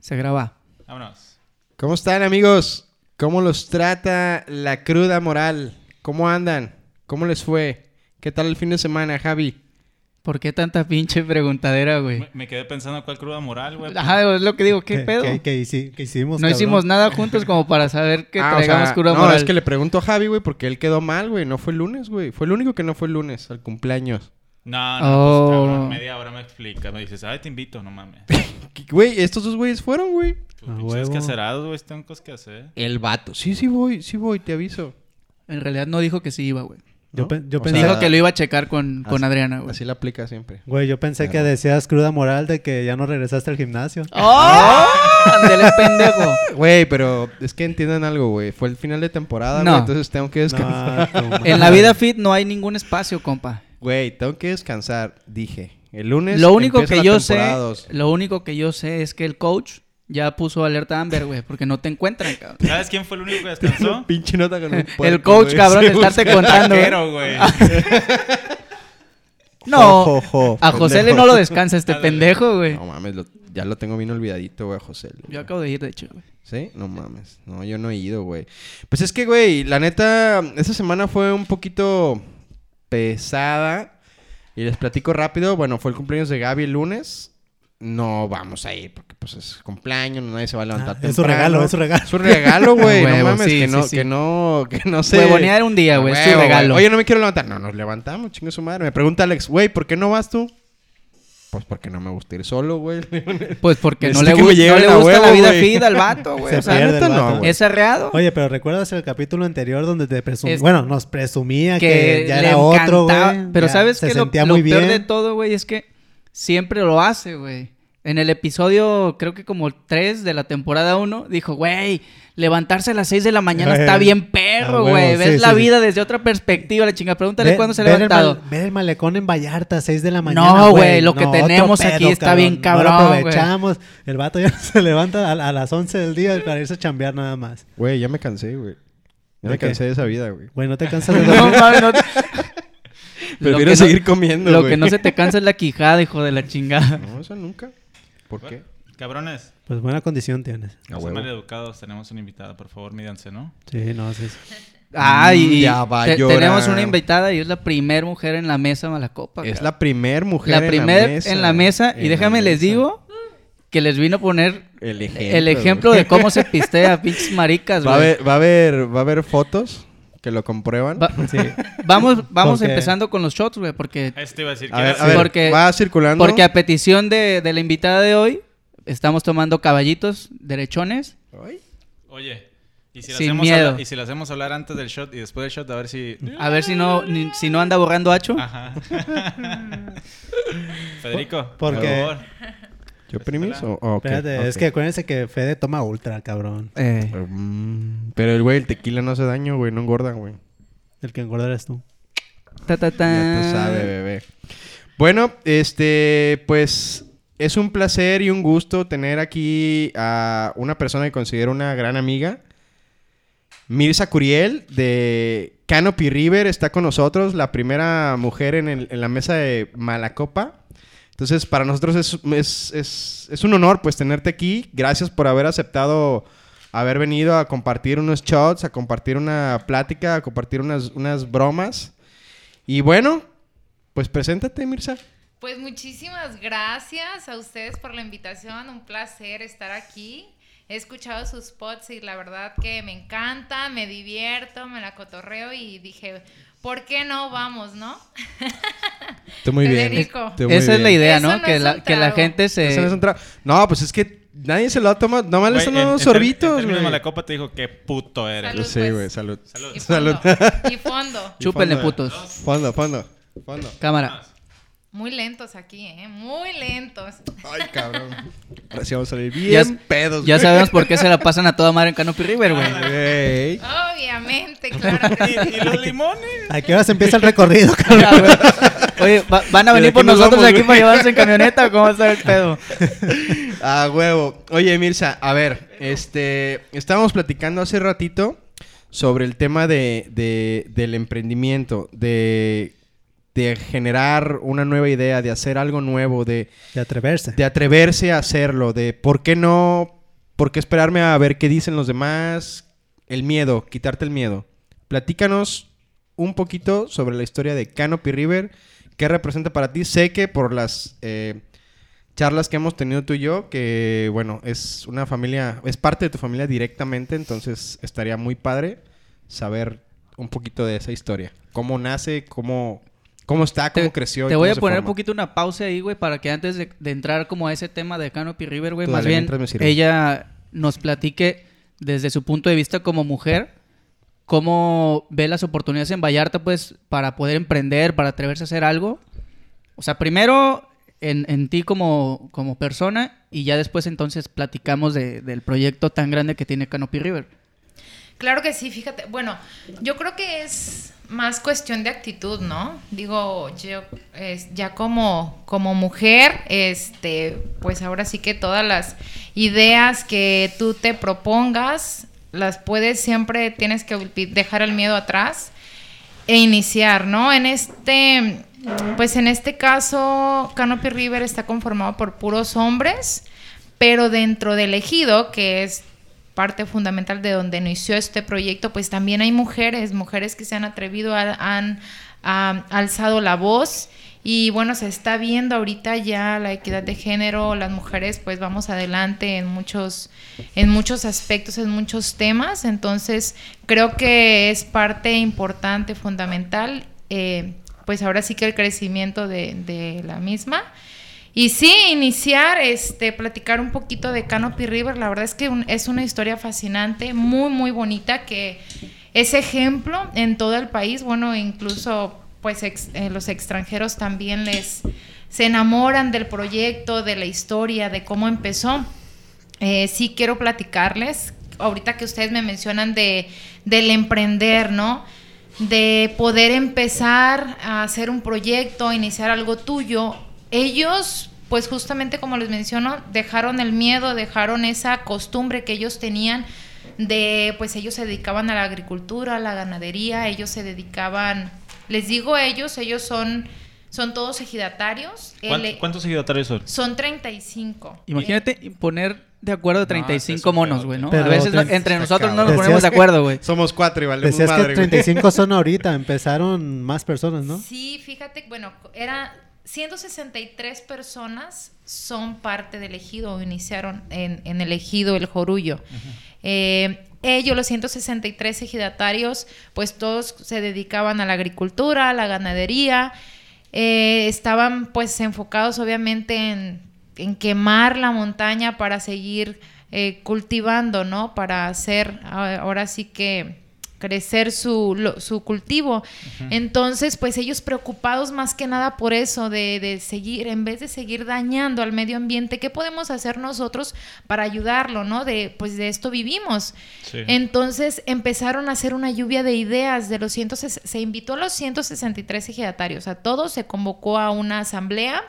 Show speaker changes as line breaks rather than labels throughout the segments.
Se graba.
Vámonos.
¿Cómo están amigos? ¿Cómo los trata la cruda moral? ¿Cómo andan? ¿Cómo les fue? ¿Qué tal el fin de semana, Javi?
¿Por qué tanta pinche preguntadera, güey?
Me, me quedé pensando cuál cruda moral, güey.
Ajá, es lo que digo, ¿qué
que-
pedo?
Que, que hici- que hicimos.
no
cabrón.
hicimos nada juntos como para saber que
Ah, o
traigamos
sea,
cura
no,
moral.
es que le pregunto a Javi, güey, porque él quedó mal, güey. No fue el lunes, güey. Fue el único que no fue el lunes, al cumpleaños.
No, no, pues,
Oh.
cabrón, media hora me explica. Me dices, ay, te invito, no mames.
¿Qué- Güey, estos dos güeyes fueron, güey.
A
Pinches
huevo.
caserados, güey, están cosas que hacer.
El vato. Sí, sí voy, sí voy, te aviso.
En realidad no dijo que sí iba, güey.
Yo,
¿No?
pe- yo
O sea,
pensé,
Dijo que lo iba a checar con, con Adriana, güey.
Así la aplica siempre.
güey, yo pensé que decías cruda moral de que ya no regresaste al gimnasio.
¡Oh! ¡Ándale, pendejo!
Güey, pero es que entiendan algo, güey. Fue el final de temporada,
No.
güey. Entonces tengo que descansar.
No, tu madre.
En la vida fit no hay ningún espacio, compa.
Güey, tengo que descansar, dije. El lunes.
Lo único
empieza
que
la
yo
temporada
sé,
dos.
lo único que yo sé es que el coach ya puso alerta Amber, güey, porque no te encuentran, cabrón.
¿Sabes quién fue el único que descansó?
Pinche nota con un puerco,
el coach,
güey.
cabrón, de estarte contando. güey.
Taquero, güey.
No,
Jo, jo, jo,
a José le
pendejo.
no lo descansa este
Ándale.
pendejo, güey.
No mames, lo- ya lo tengo bien olvidadito, güey, a José. güey.
Yo acabo de ir, de hecho, güey.
¿Sí? No mames. No, yo no he ido, güey. Pues es que, güey, la neta, esta semana fue un poquito pesada. Y les platico rápido. Bueno, fue el cumpleaños de Gaby el lunes. No vamos a ir porque, pues, es cumpleaños, nadie se va a levantar
Ah, es su
temprano.
regalo, es su regalo.
Es un regalo, güey. no
Huevo,
mames,
sí,
que, no,
sí, sí.
que no, que no se...
Huevonear un día, güey, es su
Huevo,
regalo.
Oye, no me quiero levantar. No, nos levantamos, chingo su madre. Me pregunta Alex, güey, ¿por qué no vas tú? Pues porque no me gusta ir solo, güey.
Pues porque no le,
Necesito que me
gu- no
lleven
le
a
gusta la
huevo,
vida
güey.
fit al vato, güey.
Se
O sea,
pierde
neta
el
no,
vato.
güey.
es arreado.
Oye, pero ¿recuerdas el capítulo anterior donde te presumía?
Es-
Bueno, nos presumía que,
que
ya
le
era otro,
encantaba.
güey.
Pero
ya
¿sabes
se
qué? Lo,
sentía
lo
muy
peor
bien.
de todo, güey, es que siempre lo hace, güey. En el episodio, creo que como 3 de la temporada 1, dijo, güey, levantarse a las 6 de la mañana
Güey.
está bien
Ah,
perro,
huevo,
güey.
sí,
Ves
sí,
la
sí.
vida desde otra perspectiva, la chinga. Pregúntale
Ve-
cuándo se ha
ver el
levantado.
mal- ver el malecón en Vallarta, 6 de la mañana.
No, güey, lo que
otro
tenemos aquí está bien
No
cabrón,
lo
güey.
aprovechamos. El vato ya se levanta a, a las 11 del día para irse a chambear nada más.
Güey, ya me cansé, güey. Ya
¿De
me
qué?
cansé de esa vida, güey.
Güey, no te cansas de
No, mames, no te- Lo que
Prefiero
no-
seguir comiendo,
Lo
güey.
que no se te cansa es la quijada, hijo de la chingada.
No, eso nunca. ¿Por qué?
Cabrones,
Pues buena condición tienes.
A
no
huevo.
sean maleducados, tenemos una invitada, por favor, mídanse, ¿no?
Sí, no, sí. sí.
Ay,
Mm, Ya va a llorar.
tenemos una invitada y es la primera mujer en la mesa Malacopa.
Es
cabrón.
la primer mujer
la primera en la mesa.
En
Y déjame
la
les
mesa.
digo que les vino a poner
El ejemplo.
el ejemplo de cómo se pistea, pinches maricas,
güey. Va a,
güey.
haber, va, a haber, va a haber fotos que lo comprueban.
Va-
Sí.
vamos vamos
Porque-
empezando con los shots, güey, porque,
Esto iba a decir que
a ver,
era
a ver.
Porque-
va circulando.
porque a petición de, de la invitada de hoy, estamos tomando caballitos derechones.
Ay,
así. Oye, ¿y si, la
Sin
hacemos
miedo.
hablar- y si la hacemos hablar antes del shot y después del shot, a ver si...
A ver si no, ni- si no anda borrando hacho.
Ah.
Ajá. Federico, por
Por- porque-
favor.
¿Yo primis o o qué?
Espérate, es
Ok.
que acuérdense que Fede toma ultra, cabrón.
Eh,
Mm, Pero el güey, el tequila no hace daño, güey. No engorda, güey.
El que engorda eres tú.
ta, ta, ta.
Ya tú sabes, bebé. Bueno, este, pues es un placer y un gusto tener aquí a una persona que considero una gran amiga. Mirza Curiel de Canopy River está con nosotros, la primera mujer en, el- en la mesa de Malacopa. Entonces, para nosotros es, es- es- es un honor pues tenerte aquí. Gracias por haber aceptado haber venido a compartir unos shots, a compartir una plática, a compartir unas, unas bromas. Y bueno, pues preséntate, Mirza.
Pues muchísimas gracias a ustedes por la invitación, un placer estar aquí. He escuchado sus pods y la verdad que me encanta, me divierto, me la cotorreo y dije, ¿por qué no vamos, no?
Tú muy
bien.
bien.
Federico.
Tú muy
Esa es la
bien.
idea,
Eso
¿no?
no
que,
es
la,
un
que la
trago.
gente se...
Eso no es un tra- No, pues es que nadie se lo ha tomado. Nomás le
Güey,
están
en-
dando
en ter- En
sorbitos,
términos
güey.
Malacopa te dijo, qué puto eres.
Salud. pues.
Sí, güey, salud.
Salud.
Y fondo. Y fondo.
Chúpenle,
Fondo.
putos.
Fondo, fondo, fondo.
Cámara.
Muy lentos aquí, ¿eh? Muy lentos.
Ay, cabrón. Ahora sí vamos a salir
Ya,
bien pedos,
ya
güey. Ah,
sabemos por qué se la pasan a toda madre en Canopy River, güey.
Güey.
Obviamente, claro. que sí.
¿Y, y los limones?
¿A qué hora se empieza el recorrido, cabrón?
Ya, güey. Oye, ¿va- ¿van a
¿Y de
venir por
qué nos
nosotros
vamos,
aquí
güey?
para llevarnos en camioneta o cómo está el pedo?
A huevo. Oye, Mirza, a ver, este, estábamos platicando hace ratito sobre el tema de, de- del emprendimiento, de, de generar una nueva idea, de hacer algo nuevo, de,
De atreverse.
de atreverse a hacerlo, de por qué no, por qué esperarme a ver qué dicen los demás, el miedo, quitarte el miedo. Platícanos un poquito sobre la historia de Canopy River, qué representa para ti. Sé que por las eh, charlas que hemos tenido tú y yo, que bueno, es una familia, es parte de tu familia directamente, entonces estaría muy padre saber un poquito de esa historia. ¿Cómo nace? ¿Cómo, cómo está? ¿Cómo creció? y
Te voy
cómo
a
se
poner un
forma?
poquito una pausa ahí, güey, para que antes de, de entrar como a ese tema de Canopy River, güey,
Tú
más
dale,
bien
mientras me sirve.
ella nos platique desde su punto de vista como mujer, cómo ve las oportunidades en Vallarta, pues, para poder emprender, para atreverse a hacer algo. O sea, primero en, en ti como, como persona y ya después entonces platicamos de- del proyecto tan grande que tiene Canopy River.
Claro que sí, fíjate. Bueno, yo creo que es más cuestión de actitud, ¿no? Digo, yo es, ya como, como mujer, este, pues ahora sí que todas las ideas que tú te propongas, las puedes siempre, tienes que olvi- dejar el miedo atrás e iniciar, ¿no? En este, pues en este caso, Canopy River está conformado por puros hombres, pero dentro del ejido, que es parte fundamental de donde inició este proyecto, pues también hay mujeres, mujeres que se han atrevido, a- han ah, alzado la voz y bueno, se está viendo ahorita ya la equidad de género, las mujeres pues vamos adelante en muchos, en muchos aspectos, en muchos temas, entonces creo que es parte importante, fundamental, eh, pues ahora sí que el crecimiento de, de la misma. Y sí, iniciar, este, platicar un poquito de Canopy River, la verdad es que un- es una historia fascinante, muy, muy bonita, que es ejemplo en todo el país, bueno, incluso pues ex- eh, los extranjeros también les se enamoran del proyecto, de la historia, de cómo empezó. Eh, sí quiero platicarles, ahorita que ustedes me mencionan de, del emprender, ¿no? De poder empezar a hacer un proyecto, iniciar algo tuyo. Ellos, pues justamente como les menciono, dejaron el miedo, dejaron esa costumbre que ellos tenían de, pues ellos se dedicaban a la agricultura, a la ganadería, ellos se dedicaban, les digo ellos, ellos son, son todos ejidatarios.
¿Cuántos,
Ele-
cuántos ejidatarios son?
Son 35.
Imagínate poner de acuerdo a
No, está
35
súper
monos, güey, ¿no?
Pero
a veces no-
te-
entre nosotros no
cabrón.
nos ponemos de
Decías que-
acuerdo, güey.
Somos cuatro y valemos
Decías
madre,
Pues que
güey.
35 son ahorita, empezaron más personas, ¿no?
Sí, fíjate, bueno, era 163 personas son parte del ejido, o iniciaron en, en el ejido el Jorullo. Eh, ellos, los 163 ejidatarios, pues todos se dedicaban a la agricultura, a la ganadería, eh, estaban pues enfocados obviamente en, en quemar la montaña para seguir eh, cultivando, ¿no? Para hacer, a- ahora sí que crecer su, lo- su cultivo. Entonces, pues ellos preocupados más que nada por eso, de, de seguir, en vez de seguir dañando al medio ambiente, ¿qué podemos hacer nosotros para ayudarlo, no? De, pues de esto vivimos.
Sí.
Entonces empezaron a hacer una lluvia de ideas de los 100, se invitó a los 163 ejidatarios, a todos se convocó a una asamblea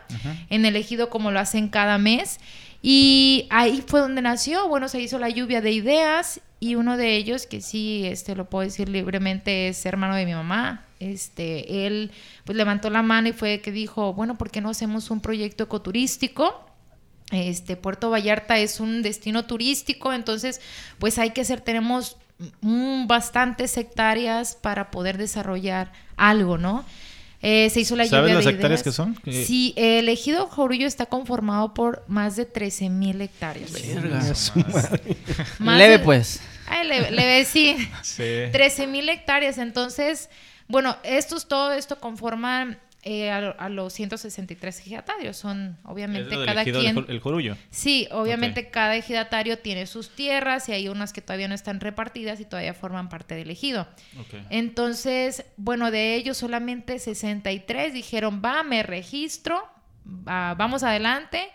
en el ejido como lo hacen cada mes y ahí fue donde nació, bueno, se hizo la lluvia de ideas y uno de ellos que sí este lo puedo decir libremente es hermano de mi mamá. Este, él pues levantó la mano y fue que dijo, bueno, ¿por qué no hacemos un proyecto ecoturístico? Este Puerto Vallarta es un destino turístico, entonces pues hay que hacer, tenemos mm, bastantes hectáreas para poder desarrollar algo, ¿no? Eh, se hizo la lluvia
¿Sabes
de
las hectáreas
ideas.
que son? Que-
Sí, el ejido Jorullo está conformado por más de 13 mil hectáreas.
Verga.
Más
Leve,
de-
pues.
Ay, leve, leve, sí.
Sí.
13 mil hectáreas. Entonces, bueno, estos, todo esto conforman eh, a, a los 163 ejidatarios. Son,
Es
obviamente,
lo del
cada
ejido,
quien.
el, el jorullo.
Sí, obviamente cada ejidatario tiene sus tierras y hay unas que todavía no están repartidas y todavía forman parte del ejido. Entonces, bueno, de ellos solamente 63 dijeron, va, me registro, va- vamos adelante.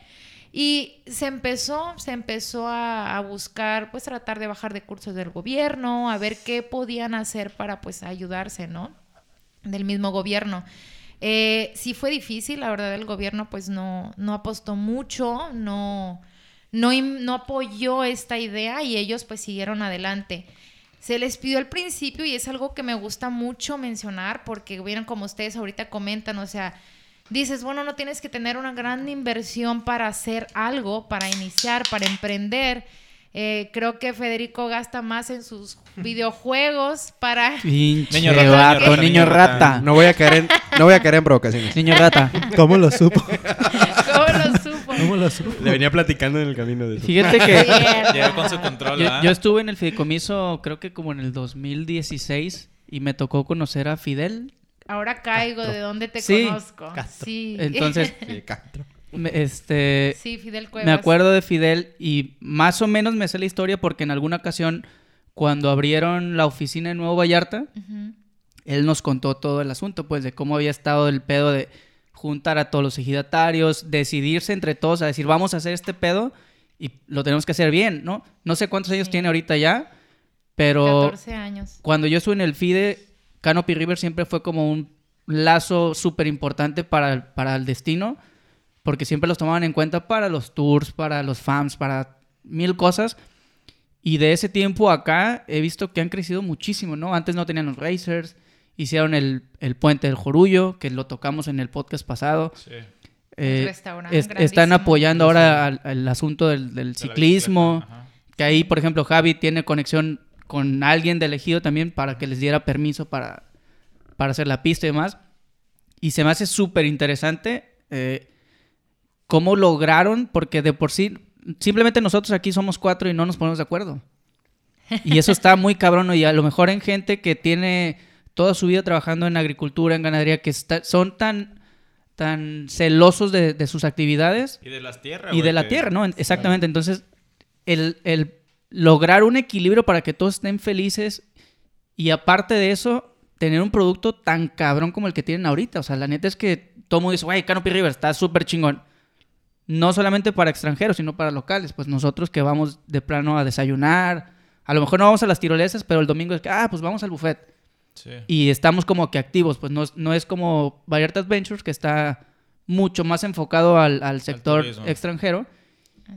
Y se empezó, se empezó a, a buscar, pues tratar de bajar de cursos del gobierno, a ver qué podían hacer para pues ayudarse, ¿no? Del mismo gobierno. Eh, sí fue difícil, la verdad, el gobierno pues no, no apostó mucho, no, no, im- no apoyó esta idea y ellos pues siguieron adelante. Se les pidió al principio y es algo que me gusta mucho mencionar porque vieron como ustedes ahorita comentan, o sea, dices, bueno, no tienes que tener una gran inversión para hacer algo, para iniciar, para emprender. Eh, creo que Federico gasta más en sus videojuegos para...
Pinche
Niño rata,
vato, niño
niño
rata.
rata,
No voy a caer en, no voy a caer en provocaciones.
Niño rata.
¿Cómo lo supo?
¿Cómo lo supo?
¿Cómo lo supo?
Le venía platicando en el camino de eso.
Fíjate que
Llegó con su control,
yo,
¿verdad?
yo estuve en el fideicomiso creo que como en el 2016 y me tocó conocer a Fidel.
Ahora caigo de dónde te
Sí.
conozco. Sí.
Entonces,
Sí, Castro.
me- este...
sí, Fidel Cuevas.
Me acuerdo de Fidel y más o menos me sé la historia porque en alguna ocasión, cuando abrieron la oficina en Nuevo Vallarta,
Ujú.
él nos contó todo el asunto, pues de cómo había estado el pedo de juntar a todos los ejidatarios, decidirse entre todos a decir, vamos a hacer este pedo y lo tenemos que hacer bien, ¿no? No sé cuántos años
Sí.
tiene ahorita ya, pero
14 años.
cuando yo estuve en el FIDE, E, Canopy River siempre fue como un lazo súper importante para, para el destino, porque siempre los tomaban en cuenta para los tours, para los fans, para mil cosas. Y de ese tiempo acá he visto que han crecido muchísimo, ¿no? Antes no tenían los racers, hicieron el, el puente del Jorullo, que lo tocamos en el podcast pasado.
Sí.
Eh,
restaurante
est- están
grandísimo.
apoyando ahora al, al asunto del, del
De la
ciclismo.
bicicleta, ajá.
Que ahí, por ejemplo, Javi tiene conexión con alguien del ejido también para que les diera permiso para, para hacer la pista y demás. Y se me hace súper interesante eh, cómo lograron, porque de por sí, simplemente nosotros aquí somos cuatro y no nos ponemos de acuerdo. Y eso está muy cabrón, ¿no? y a lo mejor en gente que tiene toda su vida trabajando en agricultura, en ganadería, que está- son tan, tan celosos de- de sus actividades
Y de las tierras.
y de la tierra, ¿no? En- Exactamente. Entonces, el, el lograr un equilibrio para que todos estén felices y aparte de eso, tener un producto tan cabrón como el que tienen ahorita. O sea, la neta es que todo mundo dice, güey, Canopy River está súper chingón. No solamente para extranjeros, sino para locales. Pues nosotros que vamos de plano a desayunar, a lo mejor no vamos a las tirolesas, pero el domingo es que, ah, pues vamos al buffet
Sí.
y estamos como que activos, pues no, es- no es como Vallarta Adventures, que está mucho más enfocado al, al sector
turismo.
extranjero.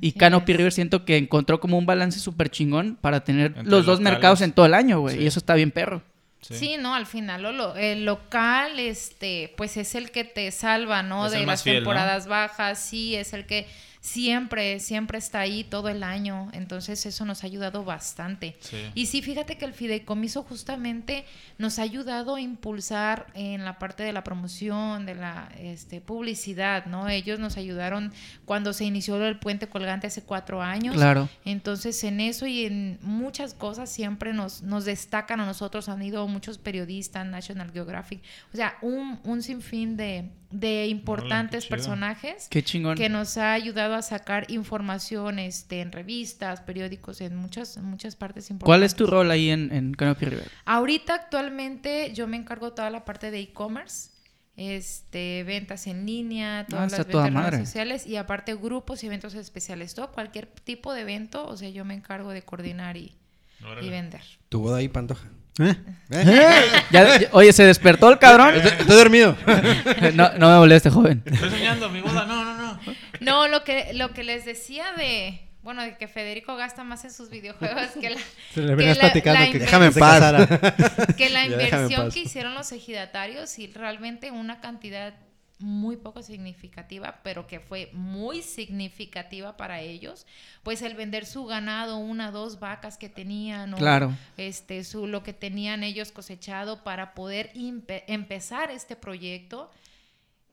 y
Así
Canopy
es.
River siento que encontró como un balance súper chingón para tener
Entre
los dos
locales.
mercados en todo el año, güey.
Sí.
Y eso está bien perro.
Sí.
Sí.
no, al final lo- lo- el local, este, pues es el que te salva, ¿no?
Es
de
el
las
más fiel, ¿no?
temporadas bajas, sí, es el que siempre, siempre está ahí todo el año. Entonces eso nos ha ayudado bastante.
Sí.
Y sí, fíjate que el fideicomiso justamente nos ha ayudado a impulsar en la parte de la promoción, de la este, publicidad, ¿no? Ellos nos ayudaron cuando se inició el puente colgante hace cuatro años.
Claro.
Entonces, en eso y en muchas cosas siempre nos, nos destacan a nosotros. Han ido muchos periodistas, National Geographic, o sea, un, un sinfín de, de importantes
chido.
personajes
Qué chingón.
que nos ha ayudado a sacar información este, en revistas, periódicos, en muchas, en muchas partes importantes.
¿Cuál es tu rol ahí en, en Canopy River?
Ahorita actualmente yo me encargo toda la parte de e-commerce, este, ventas en línea, todas
Ah,
las
está
ventas
toda
en redes
madre.
sociales y aparte grupos y eventos especiales, todo cualquier tipo de evento, o sea, yo me encargo de coordinar y,
Órale.
y vender.
Tu boda ahí, Pantoja.
¿Eh?
Ya- ya- oye, se despertó el cabrón.
Estoy dormido.
no, no me moleste, joven.
Estoy soñando, mi boda, no, no, no.
No, lo que lo que les decía de bueno, de que Federico gasta más en sus videojuegos que la
Se le
que
venías
la-
platicando
la
que
Déjame
en
se
paz.
casara.
que la
Ya déjame en
inversión
paz.
que hicieron los ejidatarios y realmente una cantidad muy poco significativa, pero que fue muy significativa para ellos, pues el vender su ganado, una, dos vacas que tenían, o
Claro.
este, su, lo que tenían ellos cosechado para poder impe- empezar este proyecto,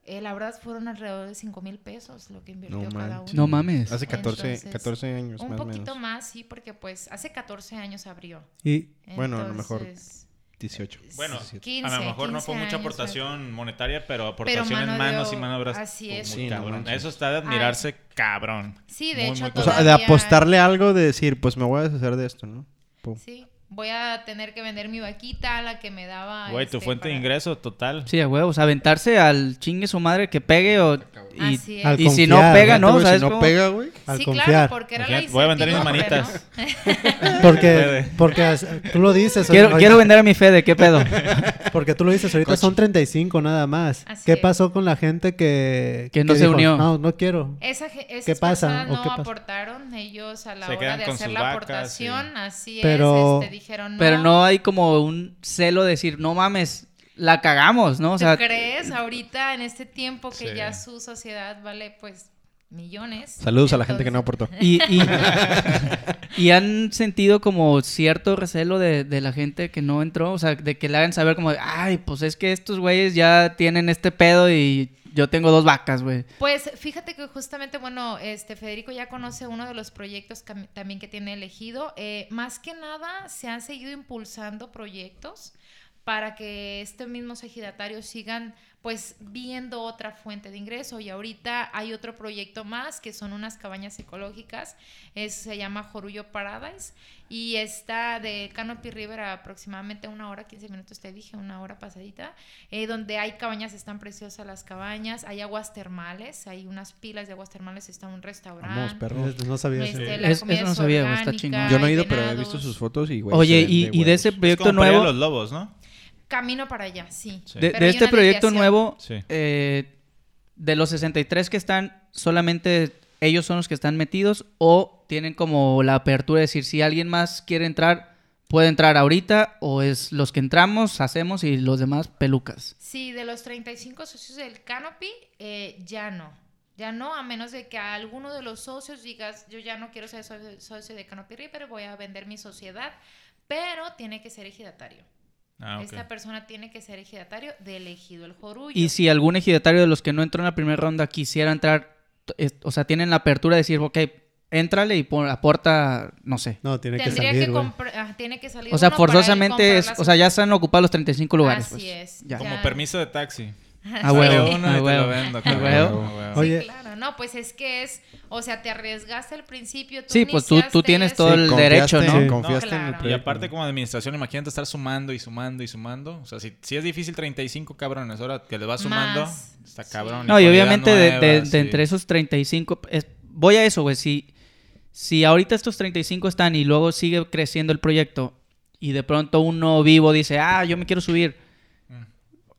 eh, la verdad fueron alrededor de 5 mil pesos lo que invirtió cada uno.
manches.
No mames.
Hace 14,
Entonces,
14 años
Un
más o
poquito
menos.
más, sí, porque pues hace 14 años abrió.
Y
Bueno, a lo mejor
Entonces,
18.
Bueno,
15,
a lo mejor no
15
fue mucha
años,
aportación monetaria, pero aportación
mano de
en manos y
obra.
mano de obra.
Así es.
muy
Sí, no
cabrón.
manches.
Eso está de admirarse, cabrón.
Sí, de
Muy,
hecho,
muy
O
cabrón.
sea, de
Todavía-
apostarle algo, de decir, pues me voy a deshacer de esto, ¿no? Pum.
Sí, voy a tener que vender mi vaquita, la que me daba.
Güey, tu
este,
fuente de
para-
ingreso total.
Sí, a huevos. Aventarse al chingue su madre que pegue o... Y,
Así
Al
es.
y si no
confiar,
pega,
Imagínate,
¿no?
güey,
¿Sabes
si no
cómo?
pega, güey.
al
sí,
confiar.
claro, porque era la
Imagínate, voy a vender mis
incertidumbre,
manitas.
¿no?
Porque,
puede.
porque as- tú lo dices.
Quiero,
ahorita-
quiero vender a mi Fede, ¿qué pedo?
Porque tú lo dices, ahorita son 35 nada más.
Así
¿Qué
es.
pasó con la gente que...
Que no se unió.
No, no quiero.
Esa, ge- esas
¿Qué pasa?
personas
¿O
no
qué pasa?
aportaron ellos a la
Se
hora
quedan
de
con
hacer
sus
la
vacas
aportación, así
Pero-
es. Este, dijeron no.
Pero no hay como un celo de decir, no mames, la cagamos, ¿no? O sea,
¿Tú crees ahorita en este tiempo que
Sí.
ya su sociedad vale pues millones?
Saludos a la gente que no
Entonces,
aportó.
y, y, y han sentido como cierto recelo de, de la gente que no entró, o sea, de que le hagan saber como, ay, pues es que estos güeyes ya tienen este pedo y yo tengo dos vacas, güey.
Pues fíjate que justamente, bueno, este Federico ya conoce uno de los proyectos cam- también que tiene elegido. Eh, más que nada, se han seguido impulsando proyectos para que estos mismos ejidatarios sigan pues viendo otra fuente de ingreso y ahorita hay otro proyecto más que son unas cabañas ecológicas, es- se llama Jorullo Paradise y está de Canopy River a aproximadamente una hora, 15 minutos te dije, una hora pasadita, eh, donde hay cabañas, están preciosas las cabañas, hay aguas termales, hay unas pilas de aguas termales, está un
Vamos,
restaurante.
perro.
No sabía eso.
este,
sí.
la
Es-
comida
eso no
es
sabía, güey, está
orgánica,
chingón.
Yo no he
hay
ido, pero he visto
venados.
sus fotos y, güey.
Oye,
se ven
y, y de
huevos.
ese
Es
proyecto
como para ir a
nuevo,
los lobos, ¿no?
Camino para allá, sí.
Sí.
de,
Pero
de
hay
este
una
proyecto
desviación.
nuevo,
Sí.
eh, de los 63 que están, solamente ellos son los que están metidos o tienen como la apertura de decir si alguien más quiere entrar, puede entrar ahorita o es los que entramos, hacemos y los demás pelucas.
Sí, de los 35 socios del Canopy, eh, ya no. Ya no, a menos de que a alguno de los socios digas, yo ya no quiero ser socio, socio de Canopy Reaper, voy a vender mi sociedad, pero tiene que ser ejidatario.
Ah, ok.
Esta persona tiene que ser ejidatario de elegido el jorullo.
Y si algún ejidatario de los que no entró en la primera ronda quisiera entrar, t- es- o sea, tienen la apertura de decir, ok, éntrale y pon- aporta, no sé.
No, tiene que
Tendría
salir,
que,
güey.
compra- ah, tiene que salir
O sea,
uno para ir
forzosamente
comprar
es,
las
o sea, ya se han ocupado los 35 lugares.
Así
pues.
es.
Ya.
Como
Ya.
permiso de taxi.
A
Sale
huevo,
uno y
a
te lo
huevo.
vendo,
a
cabrón.
huevo.
A huevo.
Sí,
Oye.
claro, no, pues es que es, o sea, te arriesgaste al principio. Tú
Sí, pues tú, tú
iniciaste
tienes
eso.
todo el
confiaste-
derecho, ¿no?
Sí.
Confiaste
No,
en el
claro.
Y
proyecto.
aparte como administración, imagínate estar sumando y sumando y sumando. O sea, si, si es difícil 35 cabrones, ahora que le vas sumando,
Más.
está
Sí.
cabrón.
No, y
Calidad
obviamente de, de-
nueva,
de
sí.
entre esos 35, es- voy a eso, güey. Si, si ahorita estos 35 están y luego sigue creciendo el proyecto y de pronto uno vivo dice, ah, yo me quiero subir.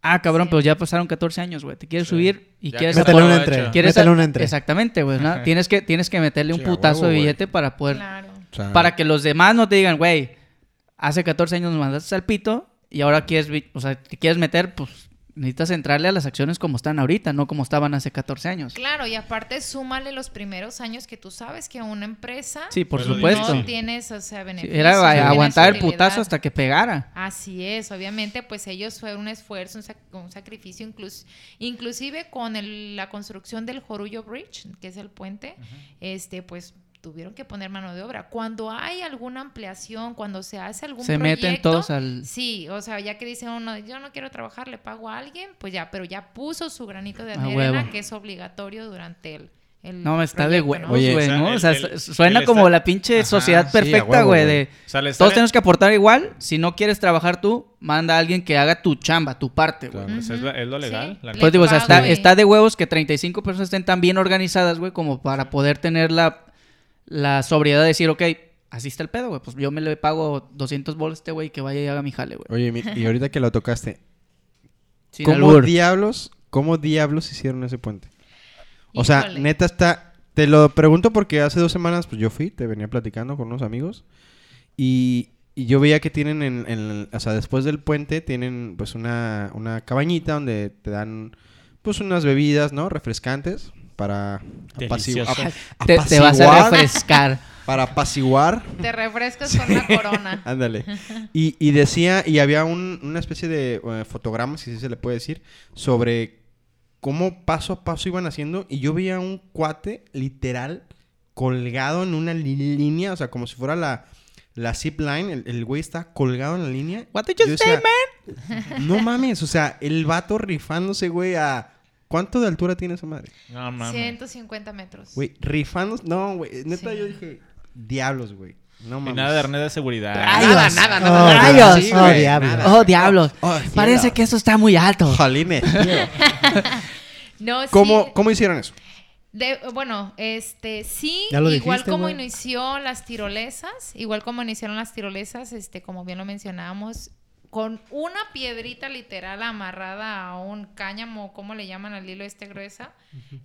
Ah, cabrón,
Sí.
pero ya pasaron 14 años, güey. Te quieres
Mm. Sí.
subir y
Ya
quieres...
que
apor-
Métele
Mételo
un
aprovecha.
entre.
quieres
Métele
a-
un entre.
Exactamente, güey. ¿no? tienes, que, tienes que meterle un
Sí, a
putazo
huevo,
de
güey.
billete para poder...
Claro.
Claro.
Para que los demás no te digan, güey, hace 14 años nos mandaste al pito y ahora quieres, vi- o sea, te quieres meter, pues necesitas entrarle a las acciones como están ahorita, no como estaban hace 14 años.
Claro, y aparte súmale los primeros años que tú sabes que una empresa
Sí, por
Pero
supuesto.
no tienes, o sea,
Sí,
beneficios.
Era
no
a-
tienes
aguantar el
utilidad.
putazo hasta que pegara.
Así es, obviamente, pues ellos fue un esfuerzo, un, sac- un sacrificio, inclus- inclusive con el- la construcción del Jorullo Bridge, que es el puente, este, pues tuvieron que poner mano de obra. Cuando hay alguna ampliación, cuando se hace algún
Se meten
proyecto,
todos al...
Sí, o sea, ya que dice uno, yo no quiero trabajar, le pago a alguien, pues ya, pero ya puso su granito de
A
arena
huevo.
que es obligatorio durante el. el
No, está de
proyecto, ¿no?
huevos,
Oye,
güey,
o sea,
¿no? O
el-
sea,
el-
su- suena
el
como
estar-
la pinche
Ajá,
sociedad
sí, a
perfecta,
huevo,
güey,
güey.
de...
O sea, le
Todos
sale-
tenemos que aportar igual. Si no quieres trabajar tú, manda a alguien que haga tu chamba, tu parte, güey.
Claro.
Pues es,
Ujú.
la- es lo legal.
Sí,
la
le
Pues digo, o sea,
pago
está,
y-
está de huevos que 35 personas estén tan bien organizadas, güey, como para poder tener la, la sobriedad de decir, ok, así está el pedo, güey. Pues yo me le pago 200 bolas a este güey que vaya y haga mi jale, güey.
Oye, mi- y ahorita que lo tocaste,
Sin
¿cómo
albur.
diablos, cómo diablos hicieron ese puente? O sea,
Híjole.
neta está... Te lo pregunto porque hace dos semanas, pues yo fui, te venía platicando con unos amigos y, y yo veía que tienen, en, en- o sea, después del puente tienen pues una, una cabañita donde te dan pues unas bebidas, ¿no? Refrescantes para apaciguar.
Delicioso.
Te, te vas a
apaciguar-
refrescar.
Para apaciguar
Te refrescas con una corona.
Ándale. Y, y decía, y había un- una especie de eh, fotograma, si así se le puede decir, sobre cómo paso a paso iban haciendo. Y yo veía un cuate literal colgado en una li- línea, o sea, como si fuera la, la zip line. El, el güey está colgado en la línea.
What did you
Yo
say,
man? No mames, o sea, el vato rifándose, güey, a. ¿Cuánto de altura tiene esa madre?
No mames.
150 metros.
Güey, rifándose. No, güey, neta,
Sí.
yo dije, diablos, güey. No
Y
mames.
nada de arnés de seguridad.
Ay, Nada, nada, nada,
Oh,
nada.
diablos.
Sí,
Oh,
güey,
diablos.
nada.
Oh, diablos.
Oh, cielo.
Parece que eso está muy alto.
Jolines.
No, sí,
¿Cómo, ¿Cómo hicieron eso?
de- bueno, este, sí,
Ya lo
igual
dijiste,
como
güey.
inició las tirolesas, igual como iniciaron las tirolesas, este, como bien lo mencionábamos, con una piedrita literal amarrada a un cáñamo, ¿cómo le llaman al hilo este gruesa?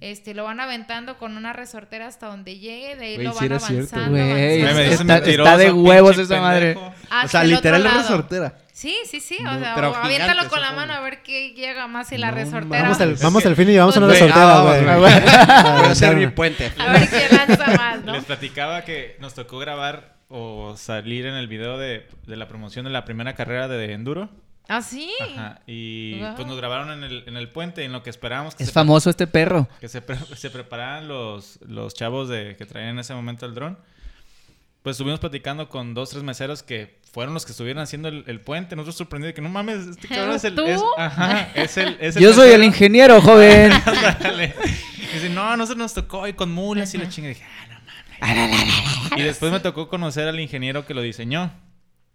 Este, lo van aventando con una resortera hasta donde llegue, de ahí
Güey,
lo
sí
van
era cierto,
avanzando,
güey.
avanzando.
Güey, me dices
Está-
mentiroso,
está de
pinche
huevos esa madre.
pendejo.
Hacia
o sea,
el
literal
Ah, otro
la
lado.
resortera.
Sí, sí, sí. O
No,
sea,
pero
o aviéntalo
gigantes,
con la
ojo,
mano a ver qué llega más y la
No
resortera.
Vamos al,
Es
vamos
que-
al fin y vamos a una
Güey,
resortera,
ah, vamos,
güey.
güey.
Ah,
Voy a hacer mi
bueno.
puente.
A ver quién lanza más, ¿no?
Les platicaba que nos tocó grabar o salir en el video de, de la promoción de la primera carrera de Enduro.
¿Ah, sí?
Ajá. Y
Guau.
pues nos grabaron en el, en el puente, en lo que esperábamos que
Es
se
famoso este perro.
que se, pre- se preparaban los, los chavos de, que traían en ese momento el dron. Pues estuvimos platicando con dos, tres meseros que fueron los que estuvieron haciendo el, el puente. Nosotros sorprendidos de que no mames, este cabrón es el.
¿Tú?
es- ajá, es el- es
Yo soy el
mesero".
ingeniero, joven.
Ándale. Dice, no, no se nos tocó y con mulas y la chinga. Dije, ah, no mames. y después me tocó conocer al ingeniero que lo diseñó.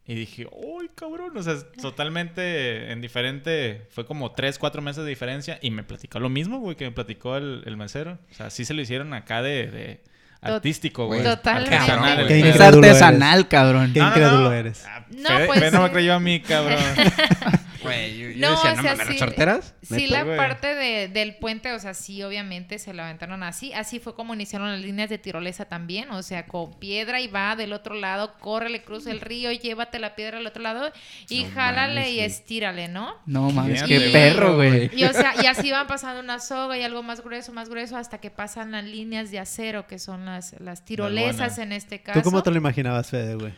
Y dije, uy, cabrón. O sea, es totalmente en diferente. Fue como tres, cuatro meses de diferencia. Y me platicó lo mismo, güey, que me platicó el, el mesero. O sea, sí se lo hicieron acá de, de
Tot-
artístico, güey.
totalmente.
Artesanal, el
Qué
pedo.
Es
increíble.
artesanal, cabrón.
Qué
No, no, no.
incrédulo eres.
Ah,
No,
Fede-
pues,
Fede no me
sí.
creyó a mí, cabrón.
Güey, yo, yo
No,
decía,
o
no
sea,
mames,
sí-
¿resorteras?
Sí,
Neta.
la
güey.
parte de- del puente, o sea, sí, obviamente se lo aventaron así. Así fue como iniciaron las líneas de tirolesa también, o sea, con piedra y va del otro lado, córrele, cruza el río, llévate la piedra al otro lado y
No
jálale
mames,
y
güey.
estírale, ¿no?
No mames,
Bien,
qué
güey.
perro, güey.
Y, o sea, y así van pasando una soga y algo más grueso, más grueso, hasta que pasan las líneas de acero, que son las, las tirolesas
buena.
en este caso.
¿Tú cómo te lo imaginabas, Fede, güey?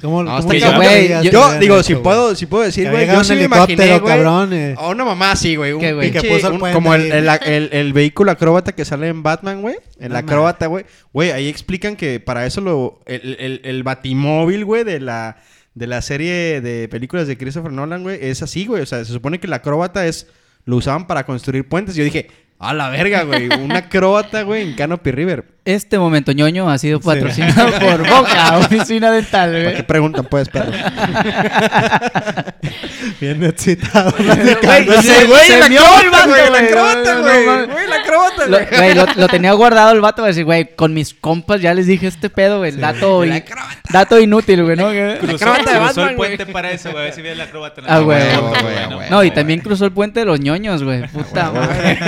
¿Cómo,
No, está
cómo te
cabrón.
imaginabas
Güey,
que
Yo
habían
digo,
hecho,
si
güey?
puedo, si puedo decir,
Que
güey,
había
yo
un
sí me
helicóptero,
imaginé, güey.
cabrón, eh.
O una mamá así, güey. un
¿Qué, güey?
pinche-
Que puso el
un-
puente
como el,
ahí.
el, el- el vehículo acróbata que sale en Batman, güey. El
No mames.
acróbata, güey. Güey, ahí explican que para eso lo... El, el- el batimóvil, güey, de la... De la serie de películas de Christopher Nolan, güey, es así, güey. O sea, se supone que el acróbata es... Lo usaban para construir puentes. Yo dije, a la verga, güey. Un acróbata, güey, en Canopy River.
Este momento ñoño ha sido patrocinado por Boca, oficina dental,
¿Para
Eh.
qué
güey.
preguntan, pues, perro?
Bien excitado.
Güey,
no
dice,
sé,
güey,
se
el
vio el
acróbata,
vato,
güey. El
güey.
acróbata,
No, no,
güey.
no, no.
Güey, el acróbata,
Lo,
güey.
güey, lo- lo tenía guardado el vato para decir, güey, con mis compas ya les dije este pedo, güey. Dato, in- dato inútil, güey, ¿no?
Cruzó,
acróbata de
cruzó
Batman,
el puente para eso, güey. A ver si veía la acróbata. en la
Ah,
mano.
güey.
Bueno,
Ah, güey,
bueno,
ah, güey.
No, y
bueno.
también cruzó el puente de los ñoños, güey. Puta madre.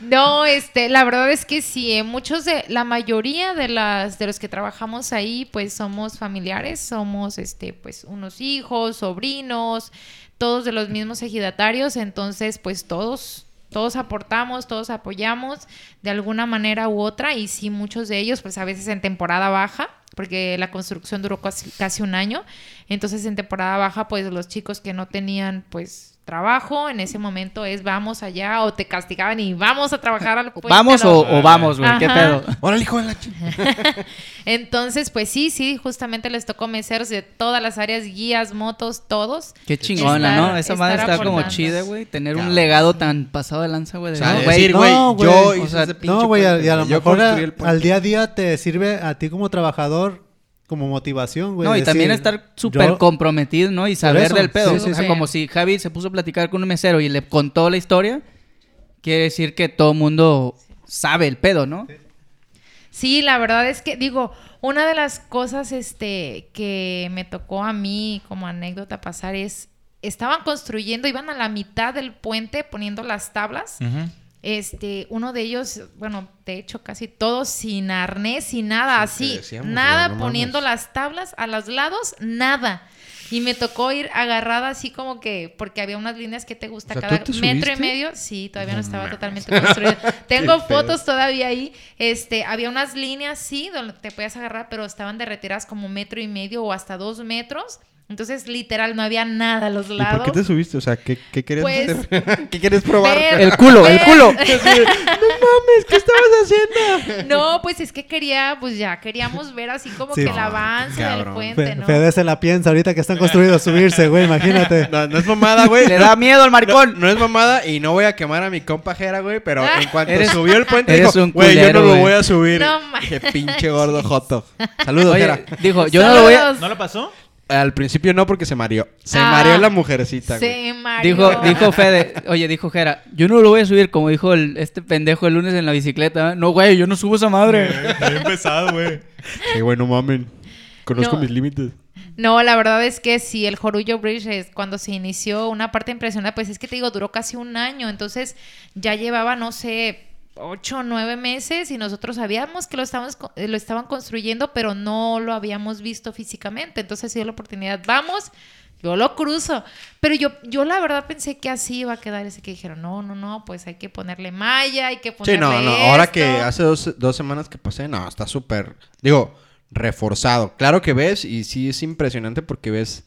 No, este, la verdad es que sí, eh, muchos de, la mayoría de las, de los que trabajamos ahí, pues somos familiares, somos, este, pues unos hijos, sobrinos, todos de los mismos ejidatarios, entonces, pues todos, todos aportamos, todos apoyamos de alguna manera u otra, y sí, muchos de ellos, pues a veces en temporada baja, porque la construcción duró casi, casi un año, entonces en temporada baja, pues los chicos que no tenían, pues trabajo, en ese momento es vamos allá o te castigaban y vamos a trabajar al puente,
¿Vamos
lo-
o, o vamos, güey? ¿Qué
Ajá.
pedo?
Órale, hijo de la chi-
Entonces, pues sí, sí, justamente les tocó meseros de todas las áreas, guías, motos, todos.
Qué chingona,
Estar-
¿no? Esa madre
estar
está como
aportando.
chida, güey. Tener un
Cabrón.
legado tan pasado de lanza, güey. de,
O sea,
"No,
decir,
no,
güey, yo
o
hice
sea,
ese pinche
No, güey, y a lo
puente, yo
mejor a-
construí el puente.
al día a día te sirve a ti como trabajador como motivación, güey.
No, y
decir,
también estar súper
yo-
comprometido, ¿no? Y saber
eso,
del pedo.
sí,
o
sí,
sea,
sí.
como si Javi se puso a platicar con un mesero y le contó la historia, quiere decir que todo mundo sabe el pedo, ¿no?
Sí, la verdad es que, digo, una de las cosas este, que me tocó a mí como anécdota pasar es, estaban construyendo, iban a la mitad del puente poniendo las tablas.
Ujú.
Este, uno de ellos, bueno, de hecho casi todos sin arnés, sin nada,
Sí,
así,
que decíamos,
nada,
güey, no
poniendo
mames.
las tablas a los lados, nada. Y me tocó ir agarrada así como que, porque había unas líneas que te
O
gusta
sea, ¿tú
cada
te
metro y
subiste?
medio. Sí, todavía no estaba totalmente construido. Tengo
Qué pedo.
fotos todavía ahí. Este, había unas líneas, sí, donde te podías agarrar, pero estaban derretidas como metro y medio o hasta dos metros. Entonces, literal, no había nada a los
¿Y
lados.
por qué te subiste? O sea, ¿qué, qué querías
Pues,
hacer? ¿Qué quieres probar?
ver-
El culo, el
ver-
culo.
¿Qué estabas haciendo?
No, pues es que quería, pues ya, queríamos ver así como
Sí.
que el
No,
avance del
cabrón.
puente,
Fe-
¿no?
Fede se la piensa ahorita que están construidos subirse, güey, imagínate.
No, no es mamada, güey.
Le
No-
da miedo al maricón.
No, no es mamada y no voy a quemar a mi compa Jera, güey, pero en cuanto
Eres-
subió el puente
eres
dijo,
un
güey, yo
culero,
no lo
güey".
voy a subir.
Ah. No ma-
Qué pinche gordo joto. Saludos,
Oye,
Jera.
dijo, yo no lo voy a...
Saludos.
¿No lo pasó?
Al principio no porque se mareó. Se
Ah.
mareó la mujercita, güey.
Se mareó.
Dijo, dijo Fede, oye, dijo Jera, yo no lo voy a subir como dijo el- este pendejo el lunes en la bicicleta. ¿eh? No, güey, yo no subo esa madre.
Bien pesado, güey.
Sí, güey, no mamen. Conozco
No.
mis límites.
No, la verdad es que sí, el Jorullo Bridge es cuando se inició una parte impresionante, pues es que te digo, duró casi un año, entonces ya llevaba, no sé, ocho o nueve meses y nosotros sabíamos que lo, estábamos, co- eh, lo estaban construyendo, pero no lo habíamos visto físicamente. Entonces, si dio la oportunidad, vamos, yo lo cruzo. Pero yo, yo la verdad pensé que así iba a quedar ese que dijeron, no, no, no, pues hay que ponerle malla, hay que
Sí,
ponerle.
no, no. Ahora que
esto.
hace dos, dos semanas que pasé, no, está súper. Digo, reforzado. Claro que ves, y sí es impresionante porque ves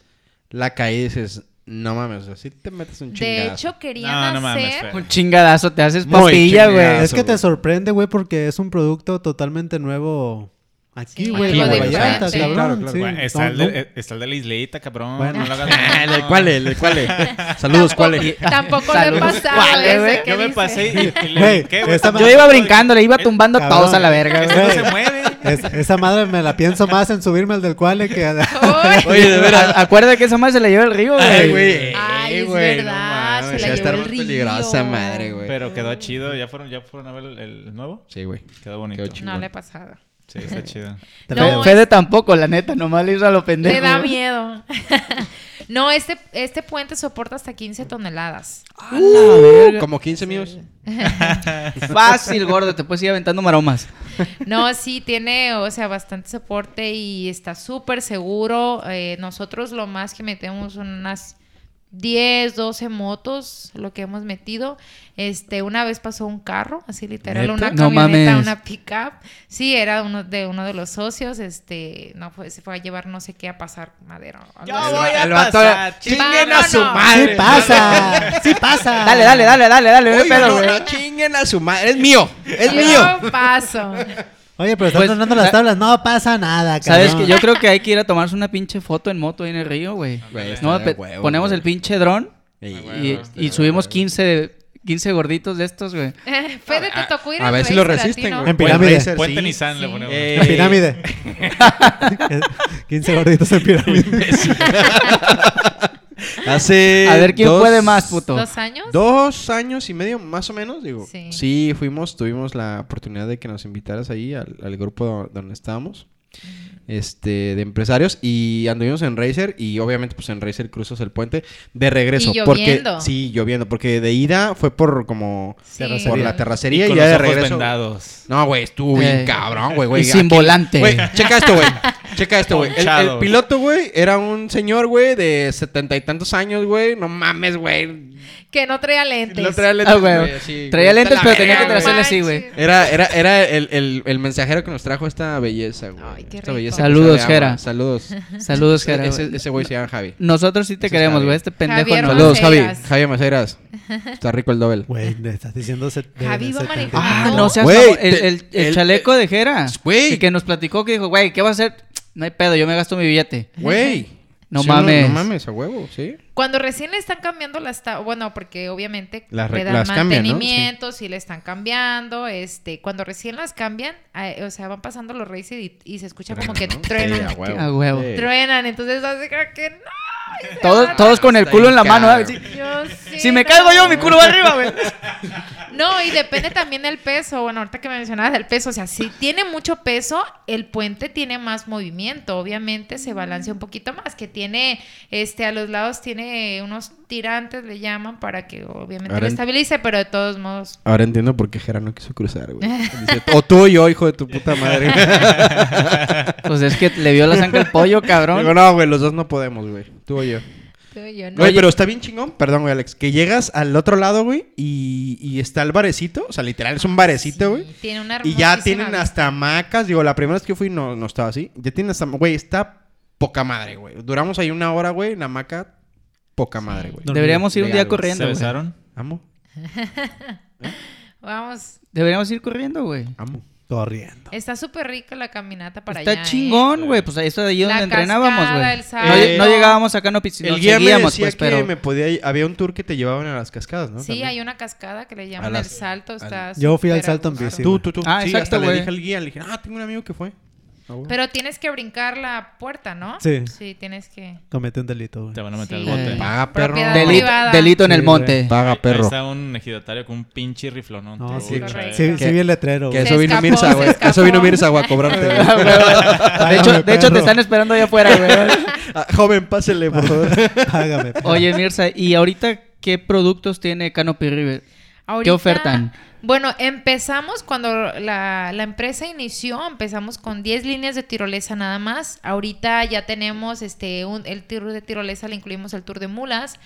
la caída y dices, no mames, así te metes un chingazo.
De hecho,
No,
querían
no mames,
hacer.
Fer.
Un chingadazo, te haces
Mm. Muy
papilla,
chingadazo.
güey.
Es que te
güey.
sorprende, güey, porque es un producto totalmente nuevo. Aquí,
Sí,
güey,
algo
en
diferente.
Vallarta,
Sí,
cabrón.
claro, claro.
sí.
Güey, está,
No,
el
no.
de, eh, está el de la isleita, cabrón.
Bueno.
No lo hagas.
Ah, ¿el
no.
¿Cuál es? ¿El ¿Cuál es? Saludos, Pues, ¿cuál es?
Tampoco le he
Saludos.
pasado
¿Cuál, güey?
ese que
Yo me
dice.
pasé y, y le
Güey,
brinqué, güey.
esta
Yo iba brincando, le iba
Eh,
tumbando
cabrón.
todos a la verga,
Esto
güey.
no se mueve.
Es- esa madre me la pienso más en subirme al del cual que...
Ay,
Oye, de veras.
A- Acuérdate que esa madre se la lleva el río, güey.
Ay, güey.
Ay, es verdad, se la
va a
llevó
estar
el
muy
río.
peligrosa madre, güey.
Pero quedó chido. ¿Ya fueron, ya fueron a ver el, el nuevo?
Sí, güey.
Quedó bonito.
Quedó chido.
No
chingón.
le he pasado.
Sí, está chido.
Fe-
No, es-
Fede tampoco, la neta, nomás le hizo a lo pendejo. ¿eh?
Le da
güey.
miedo. no, este, este puente soporta hasta 15 toneladas.
Uh, Como 15 minutos.
Fácil, gordo, te puedes ir aventando maromas.
No, sí, tiene, o sea, bastante soporte y está súper seguro. Eh, nosotros lo más que metemos son unas 10, 12 motos, lo que hemos metido. Este, una vez pasó un carro, así literal,
¿Neta?
una
No
camioneta,
mames.
una pickup. Sí, era uno de uno de los socios, este, no fue, se fue a llevar no sé qué a pasar madera. o algo
Yo
así.
voy a
el vato-
pasar.
chinguen a su
Sí
madre.
pasa, sí pasa.
Dale, dale, dale, dale, dale, no hay
Oye,
pedo,
no,
güey.
no chinguen a su madre. Es mío. Es
Yo
mío.
paso.
Oye, pero están
Pues,
sonando
sa-
las tablas. No pasa nada, cabrón.
Sabes que yo creo que hay que ir a tomarse una pinche foto en moto ahí en el río, güey.
Güey, está
No,
de
pe-
huevo,
ponemos
güey.
el pinche dron
Y-
y, y subimos 15, 15 gorditos de estos, güey.
Fede, te tocó ir
a
al
ver si lo
race
resisten,
latino.
güey.
En pirámide.
Pueden racer,
Puente
sí.
Nissan le
Sí.
ponemos.
Eh,
En pirámide. 15 gorditos en pirámide.
Hace.
A ver quién
Eh, dos-
puede más, puto.
¿Dos años?
Dos años y medio, más o menos, digo. Sí,
Sí.
fuimos, tuvimos la oportunidad de que nos invitaras ahí al, al grupo do- donde estábamos. Este, de empresarios y anduvimos en Racer y obviamente pues en Racer cruzas el puente de regreso
Y lloviendo.
porque sí lloviendo porque de ida fue por como
Sí.
por
Terracería.
la terracería y,
con
ya
los
de
ojos
regreso
vendados.
no güey estuvo bien
Eh.
cabrón güey güey
Y sin
Aquí-
volante.
güey checa esto güey checa esto güey el,
Ponchado,
el
güey.
piloto güey era un señor güey de setenta y tantos años güey no mames güey
Que no traía lentes.
no traía lentes,
Ah, güey.
güey, así,
Traía
güey,
lentes,
está
pero
la
tenía que traerle
verga,
traerle
así, güey.
manches.
Era, era, era el, el- el mensajero que nos trajo esta belleza, güey.
Ay, qué
Esta
rico.
belleza que
Saludos,
sabe a
Jera.
agua. Saludos.
Saludos, Jera.
Ese,
güey.
ese güey se llama Javi.
Nosotros sí te
Ese es
queremos,
Javier.
güey. Este pendejo
Javier
no.
Saludos, Javi.
Maceiras.
Javi Maceiras. Está rico el doble.
Güey, le estás diciendo... se- de-
Javi
de
va
70.
manejando.
Ah,
No.
no seas
Güey,
mamón. el,
te-
el- el
el-
chaleco de Jera.
Güey.
El que nos platicó que dijo, güey, ¿qué va a hacer? No hay pedo, yo me gasto mi billete.
Güey.
No
Sí,
mames.
No, mames, a huevo, sí.
Cuando recién le están cambiando las ta- bueno, porque obviamente
Las re-
le dan
las cambian, ¿no?
mantenimiento, si le están cambiando, este, cuando recién las cambian, eh, o sea, van pasando los races y, y se escucha como que
¿No? Sí,
truenan,
a huevo.
A huevo.
Sí.
truenan, entonces hace como que no. y se
Todos,
Ah,
van.
todos con el
Está
culo
bien
en la mano.
caro.
¿eh? Sí.
Yo sí,
Si me
no.
caigo yo, mi culo va arriba, güey.
No, y depende también del peso. Bueno, ahorita que me mencionabas del peso, o sea, si tiene mucho peso, el puente tiene más movimiento. Obviamente se balancea un poquito más, que tiene, este, a los lados tiene unos tirantes, le llaman, para que obviamente
Ahora
lo
en-
estabilice, pero de todos modos.
Ahora entiendo por qué Jera no quiso cruzar, güey. Dice, o tú y yo, hijo de tu puta madre.
Pues es que le vio la sangre al pollo, cabrón.
Digo, no, güey, los dos no podemos, güey. Tú o yo.
tú y yo, ¿no?
Güey, pero está bien chingón, perdón, güey, Alex, que llegas al otro lado, güey, y, y está el barecito, o sea, literal, es un barecito, güey.
Sí, tiene una
Y ya
hermosísima
tienen
vista.
hasta hamacas. Digo, la primera vez que fui no, no estaba así. Ya tienen hasta. Güey, está poca madre, güey. Duramos ahí una hora, güey, en la hamaca. Poca madre, güey.
No.
Deberíamos ir un día
Legal, güey.
corriendo.
¿Se
güey.
besaron?
Amo,
Vamos,
Deberíamos ir corriendo, güey.
amo.
Corriendo.
está súper rica la caminata para
Está
allá. ¿eh?
chingón, güey. Pues ahí está ahí
La
donde entrenábamos,
cascada,
güey.
el
No, lle- no
salto.
llegábamos acá, no, pis-
El
no
guía me
seguíamos,
decía
pues,
que
pero.
me podía ir- Había un tour que te llevaban a las cascadas, ¿no?
Sí, hay una cascada que le
A
llaman
las-
el salto. Está
Yo fui al
súper a
salto en
gusto.
bici.
Tú, tú, tú.
Ah,
sí,
exacto,
hasta le
güey.
dije al guía, le dije, ah, tengo un amigo que fue. Ah, güey.
Pero tienes que brincar la puerta, ¿no?
Sí.
Sí, tienes que.
Ah,
Cometí un delito, güey.
Te van a meter al
Sí.
bote.
Eh,
Paga, perro.
Propiedad
Delito-
Delito,
privada.
delito en el
Sí,
monte.
Paga,
Ahí
Ah, perro.
está un ejidatario con un pinche riflón. No,
No, sí,
Sí, correcto.
sí, sí vi el letrero,
Que
güey.
eso vino
escapó,
Mirza,
se
güey.
escapó.
Eso vino Mirza, güey, a cobrarte, güey.
Ah, De hecho, de hecho, te están esperando allá afuera, güey.
Ah, Joven, pásele, por favor.
Págame. perro.
Oye, Mirza, ¿y ahorita qué productos tiene Canopy River?
Ahorita
¿Qué ofertan?
Bueno, empezamos cuando la, la empresa inició, empezamos con 10 líneas de tirolesa nada más. Ahorita ya tenemos este un- el tour de tirolesa, le incluimos el tour de mulas.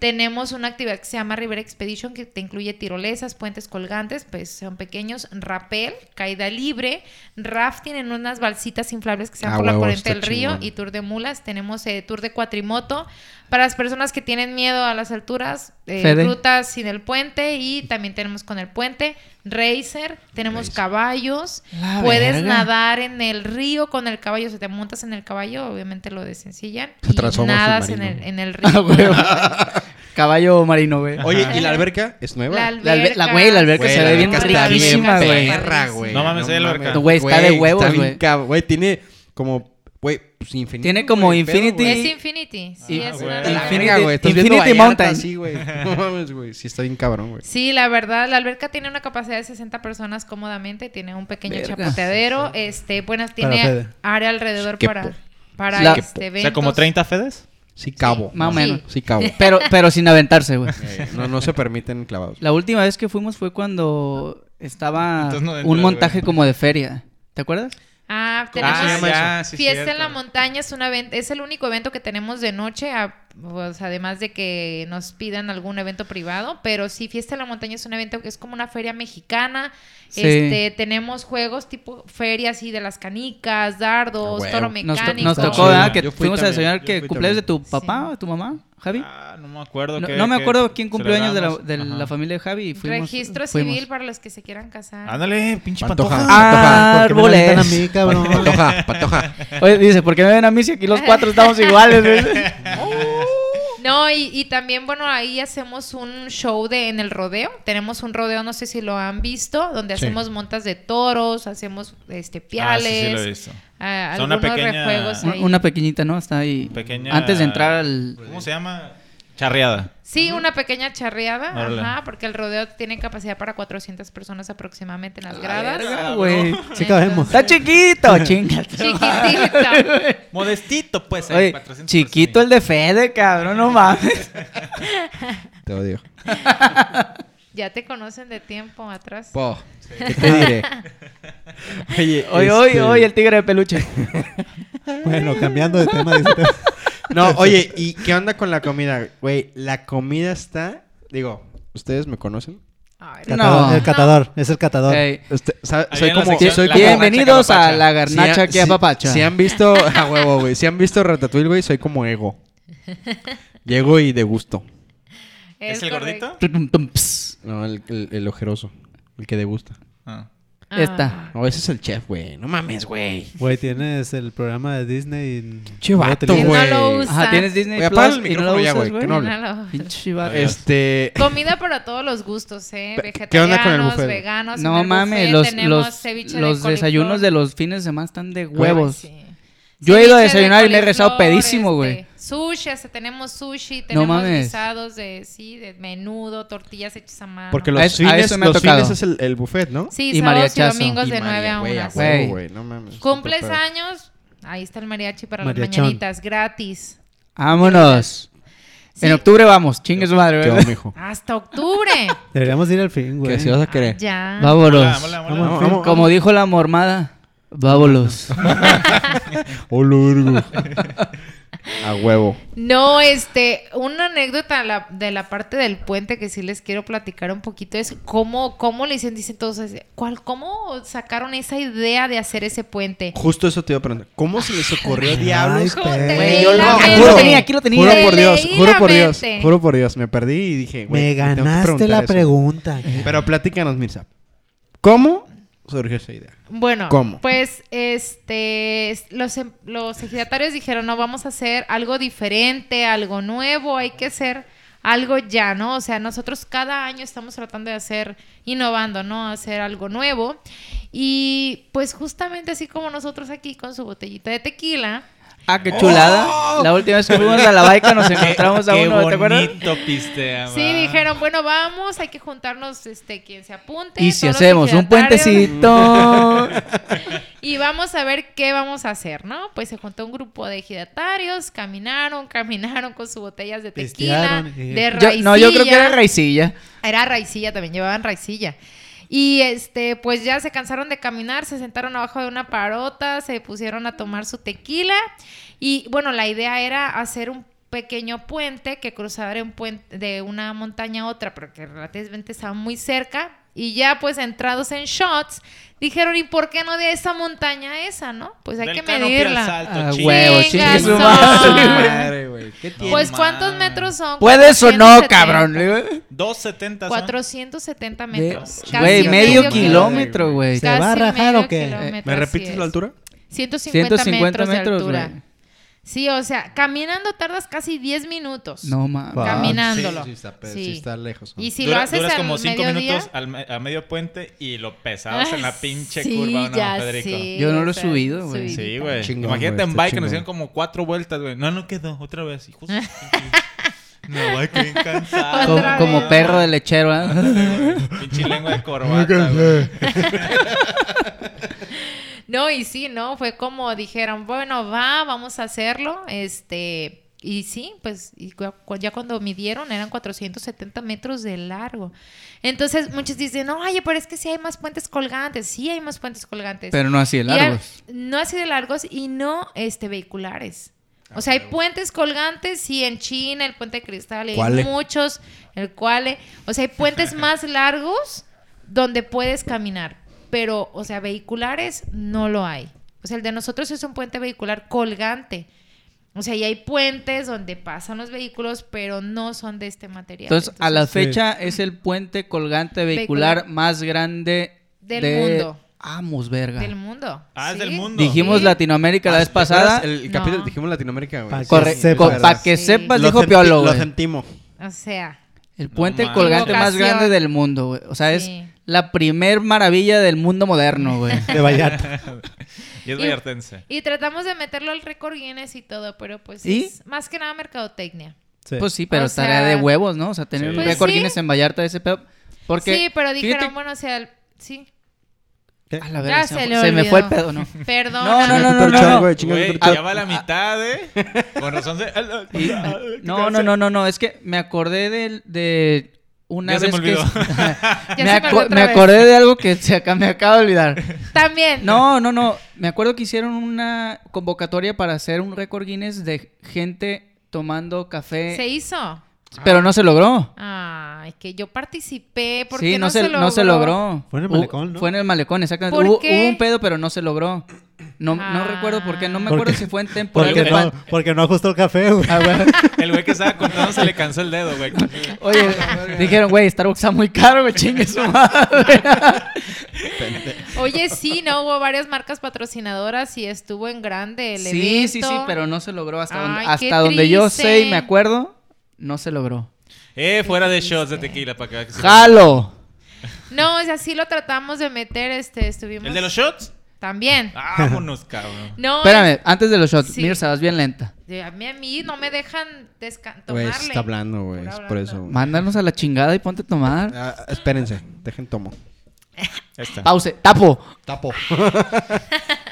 Tenemos una actividad que se llama River Expedition, que te incluye tirolesas, puentes colgantes, pues son pequeños, rappel, caída libre, rafting en unas balsitas inflables que se van
Ah,
por la
huevo,
corriente
está
del río
chingón.
y tour de mulas. Tenemos eh, tour de cuatrimoto para las personas que tienen miedo a las alturas, eh,
Fede.
rutas sin el puente y también tenemos con el puente, racer, tenemos
Racer.
caballos,
La
puedes
verga.
nadar en el río con el caballo, si te montas en el caballo, obviamente lo desencillan
Se
y
transforma en
nadas en el,
submarino.
en el río.
Ah, güey. Caballo marino, güey.
Oye, ¿y la alberca es nueva?
La
La albe- la- güey, la alberca
Güey,
se
la
ve bien
alberca está bien
riquísima, güey.
perra, güey.
No mames, hay alberca.
No, güey, está de huevos,
bien
güey.
cab- Güey, tiene como... Güey, pues infinito.
Tiene como
güey, pedo,
infinity-
güey.
Es Infinity. Sí,
Ah,
es
güey.
una de las-
Infinity,
Infinity-
güey. Estás viendo
Infinity
Vallarta
Mountain.
así, güey. No mames, güey. Sí, está bien cabrón, güey.
Sí, la verdad, la alberca tiene una capacidad de 60 personas cómodamente, tiene un pequeño
Verga.
chapoteadero, este, buenas,
Para
tiene
Fede.
área alrededor
Qué
para,
po-
para
La-
este,
O sea, como
eventos.
30 fedes.
Sí, cabo.
Más o
Sí.
menos.
Sí, cabo.
Pero, pero sin aventarse, güey.
Eh, no, no se permiten clavados.
La última vez que fuimos fue cuando estaba
Entonces no dentro
un
del
montaje
verano.
como de feria. ¿Te acuerdas?
Ah, tenemos
Ah, ya, sí,
Fiesta en
cierto.
la montaña es, una ven- es el único evento que tenemos de noche, a- pues, además de que nos pidan algún evento privado, pero sí, Fiesta en la montaña es un evento que es como una feria mexicana.
Sí.
Este, tenemos juegos tipo ferias así de las canicas, dardos,
Ah,
toro
huevo.
Nos, to-
mecánico.
nos tocó,
Sí,
¿verdad? Que
yo fui
fuimos a
también,
desayunar
yo
que
fui
cumpleaños de
también.
tu papá o tu mamá, Javi.
Ah, no me acuerdo.
No,
qué-
no me
qué
acuerdo quién cumplió años de la,
celebramos.
de la
Ajá.
familia de Javi. y Fuimos,
Registro
fuimos.
civil para los que se quieran casar.
Ándale, pinche
Pantoja.
pantoja.
Ah, ¿por qué me la aventan a
Árboles.
mí, cabrón?
Patoja, patoja.
Oye, dice, ¿por qué me ven a mí si aquí los cuatro estamos iguales? güey?
No, y, y también, bueno, ahí hacemos un show de en el rodeo. Tenemos un rodeo, no sé si lo han visto, donde
Sí.
hacemos montas de toros, hacemos este
Ah, sí, sí,
piales,
lo he visto.
ah,
O sea, una
algunos
pequeña-
rejuegos
Un-
ahí.
Una pequeñita, ¿no? Está ahí.
Pequeña-
Antes de entrar al.
¿Cómo se llama? Charreada.
Sí, una pequeña charreada,
Órale.
ajá, porque el rodeo tiene capacidad para 400 personas aproximadamente en las
Verga,
gradas.
Ah, güey.
Sí, cabemos.
Está chiquito, chinga.
Chiquitita.
Modestito, pues. ahí,
Oye,
400
chiquito el de Fede, cabrón, no mames.
Te odio.
Ya te conocen de tiempo atrás.
Po, ¿Qué te diré? Oye,
Oye, oye,
Este-
oye, el tigre de peluche.
Bueno, cambiando de tema. dice-
No, oye, ¿y qué onda con la comida? Güey, la comida está. Digo, ¿ustedes me conocen?
Ay,
No.
Catador, El catador, es el catador.
Ey,
Usted- sa-
Ahí
soy
en la
como.
sección-
Soy
la
como-
garnacha
Bienvenidos
que
a la
apapacha.
Si han-
garnacha que
si-
apapacha.
Si han visto. A huevo, güey. Si han visto Ratatouille, güey, soy como ego. Llego y degusto.
¿Es el
correcto.
gordito?
Tum, tum, tum, ps.
No, el, el, el ojeroso. El que degusta.
Ah.
Ah.
Está.
No, ese es el chef, güey. No mames, güey.
Güey, tienes el programa de Disney. y-
Che vato,
Luego te-
güey.
güey.
No lo usa.
Ajá, tienes Disney
Oye, apaga
Plus
el
y no lo
micrófono ya,
usas,
güey, que no
güey.
hable.
Míralo.
Pinche vato.
Adiós.
Este.
Comida para todos los gustos, ¿eh?
Pe-
Vegetarianos,
¿qué onda con el buffet?
veganos. en
No
el
mames,
buffet
los,
tenemos
los,
ceviche de
los desayunos
coliflor.
de los fines de semana están de
Ay,
huevos.
sí.
Yo he ido a
Ceviche de
desayunar y me he regresado
coliflor,
pedísimo, güey.
este, Sushi, hasta tenemos sushi, tenemos
mames.
guisados de, sí, de menudo, tortillas hechas a mano.
Porque
A
los
eso- a
fines,
eso me ha
los
tocado.
fines es el, el buffet, ¿no?
Sí,
y
sábados y
mariachazo.
domingos de
Y
9
María,
a
güey,
1. sí.
Güey.
huevo, güey, no mames.
Cumples
Puta pedo.
años, ahí está el mariachi para las
Mariachón.
mañanitas, gratis.
Vámonos.
Sí,
En octubre vamos, chingue su madre,
¿Qué
güey.
onda, mijo?
Hasta octubre.
Deberíamos ir al fin, güey.
¿Qué si vas a querer?
ya.
Vámonos.
Mola, mola, mola.
Vamos,
Vamos,
vamos.
Como dijo la mormada, vámonos.
Hola, vergo. Oh, A huevo.
No, este, una anécdota la- de la parte del puente que sí les quiero platicar un poquito es cómo, cómo le dicen, dicen todos, ¿cuál, ¿cómo sacaron esa idea de hacer ese puente?
Justo eso te iba a preguntar. ¿Cómo se les ocurrió,
Ay,
diablos?
Hijo, te
pe-
leí
yo
la
no,
mente.
aquí lo tenía, aquí lo tenía.
Juro por Dios,
Leí
juro
la
por Dios,
mente.
juro por Dios. Me perdí y dije, güey. te
Me
tengo que
ganaste
preguntar
la
eso.
pregunta.
Pero platícanos, Mirza. ¿Cómo surgió esa idea?
Bueno,
¿Cómo?
pues este es- los, em- los ejidatarios dijeron, no, vamos a hacer algo diferente, algo nuevo, hay que hacer algo ya, ¿no? O sea, nosotros cada año estamos tratando de hacer, innovando, ¿no? Hacer algo nuevo. Y pues justamente así como nosotros aquí con su botellita de tequila,
Ah, qué chulada. La última vez que fuimos a la baica nos encontramos a
Qué
uno, ¿te acuerdas?
bonito pistea,
sí
va.
dijeron, bueno, vamos, hay que juntarnos, este, quien se apunte.
Y si
todos los
hacemos un
ejidatarios".
puentecito.
Y vamos a ver qué vamos a hacer, ¿no? Pues se juntó un grupo de ejidatarios, caminaron, caminaron con sus botellas de tequila,
Pistearon y-
de
Yo-
raicilla.
no, yo creo que era raicilla.
Era raicilla también, llevaban raicilla. Y este, pues ya se cansaron de caminar, se sentaron abajo de una parota, se pusieron a tomar su tequila. Y bueno, la idea era hacer un pequeño puente que cruzara un puente de una montaña a otra, pero que relativamente estaba muy cerca. Y ya pues entrados en shots, dijeron, ¿y por qué no de esa montaña a esa, no? Pues hay
Del
que
canopio al
medirla.
salto,
Ah,
chinga.
huevo,
Venga,
chingue su
son.
madre.
güey. ¿Qué
No mames.
Pues ¿cuántos metros son?
¿Puedes o no,
470.
cabrón?
270 son.
470
Ve-
metros.
Güey,
Casi
medio
kilo-
kilómetro, güey.
¿Se va a
casi
rajar
medio
o qué?
kilómetro,
¿Me
así
repites
es.
la altura?
150,
150
metros, de
metros,
altura.
güey.
Sí, o sea, caminando tardas casi 10 minutos.
No mames.
Va.
Caminándolo.
Sí, sí está, pe-
Sí.
sí está lejos. ¿no?
Y si
Dura-
lo haces
duras
al
como 5
mediodía,
minutos al me- a medio puente y lo pesabas en la
Ah,
pinche
sí,
curva, ¿no,
ya
Federico?
sí,
Yo no lo he
o sea,
subido, güey.
subidita.
Sí, güey.
Chingón,
Imagínate
güey,
en
está
bike que nos
chingón.
hicieron como cuatro vueltas, güey. No, no quedó. Otra vez, hijos. No, güey, que bien cansado.
Co-
Otra
como
vez.
perro de lechero, ¿ah?
Ándale, güey. Pinche lengua de corbata, güey.
No, y sí, ¿no? Fue como dijeron, bueno, va, vamos a hacerlo. Este, y sí, pues y cu- cu- ya cuando midieron eran 470 metros de largo. Entonces muchos dicen, no, oye, pero es que sí hay más puentes colgantes. Sí hay más puentes colgantes.
Pero no así de
Y hay-
largos.
no así de largos y no este, vehiculares. O
Ah,
sea, hay puentes colgantes, sí, en China, el puente de cristal, y hay
¿Cuál?
muchos, el cual, eh, o sea, hay puentes más largos donde puedes caminar, pero, o sea, vehiculares no lo hay. O sea, el de nosotros es un puente vehicular colgante. O sea, y hay puentes donde pasan los vehículos, pero no son de este material.
Entonces, a la
sí.
fecha es el puente colgante vehicular
Vehicular.
más grande
Del
de-
mundo.
Amos, verga.
del mundo.
Ah, es del mundo.
Dijimos
Sí.
Latinoamérica la vez pasada.
Ah, ¿Te acuerdas El
No.
capítulo dijimos Latinoamérica, güey.
Pa'
Sí,
que
Corre-
Corre,
Sí,
es
co-
verdad.
para que
Sí.
sepas,
Lo
dijo
senti-
Piolo,
Lo
güey.
sentimos.
O sea,
El puente
mames.
colgante más
Equivocación.
grande del mundo, güey. O sea,
Sí.
es la primer maravilla del mundo moderno, güey.
De Vallarta.
Y es
Y-
vallartense.
Y tratamos de meterlo al récord Guinness y todo, pero pues
¿Y?
es más que nada mercadotecnia.
Sí.
Pues sí, pero
O
estaría
sea,
de huevos, ¿no? O sea, tener
Sí.
un
Pues
récord
sí.
Guinness en Vallarta de ese pedo. Porque,
sí, pero dijeron,
fíjate-
bueno, o sea, el- sí,
¿Qué?
A la verga,
Ya
se,
se
me,
le
se me
olvidó.
fue el pedo, ¿no?
perdón.
No, no, no, no, no, no.
Güey,
Ah,
ya va la mitad, ¿eh? Con razón se... Ah,
Y- no, no, no, no, no, es que me acordé del- de, una
Ya se
vez
me olvidó.
que me,
Ya se me
aco-
olvidó
me
otra vez.
acordé de algo que se acá me acabo de olvidar.
También.
No, no, no, me acuerdo que hicieron una convocatoria para hacer un récord Guinness de gente tomando café,
¿Se hizo?
pero no se logró.
Ay, que yo participé porque
Sí, no, se, no se logró.
Fue en el
Hubo-
malecón, ¿no?
Fue en el malecón, exactamente.
¿Por
Hubo,
qué?
hubo un pedo, pero no se logró. No, no
Ah.
recuerdo por qué, no me
¿Por
acuerdo
qué?
si fue en temporada.
Porque
Por
no,
algo-
porque no ajustó el café, güey.
Ah, güey.
El güey que estaba contando se le cansó el dedo, güey.
Oye, dijeron, güey, Starbucks está muy caro, güey, chingue su madre.
Oye, sí, no hubo varias marcas patrocinadoras y estuvo en grande el
sí,
evento.
sí, sí, pero no se logró hasta donde,
Ay, qué
hasta donde yo sé y
triste.
me acuerdo, no se logró.
Eh, fuera de shots de tequila para que veas que se-
¡Jalo!
No, o sea, sí lo tratamos de meter, este, estuvimos...
¿El de los Ah. shots?
También.
Vámonos, cabrón.
No,
Espérame, antes de los shots,
Sí.
Mirza, vas bien lenta.
es- A mí, a mí no me dejan desca-
Güey,
tomarle.
se Pues, está hablando, güey. Es por eso. güey.
Mándanos a la chingada y ponte a tomar.
Ah, espérense, dejen tomo.
Ahí está.
Pause, tapo.
Tapo.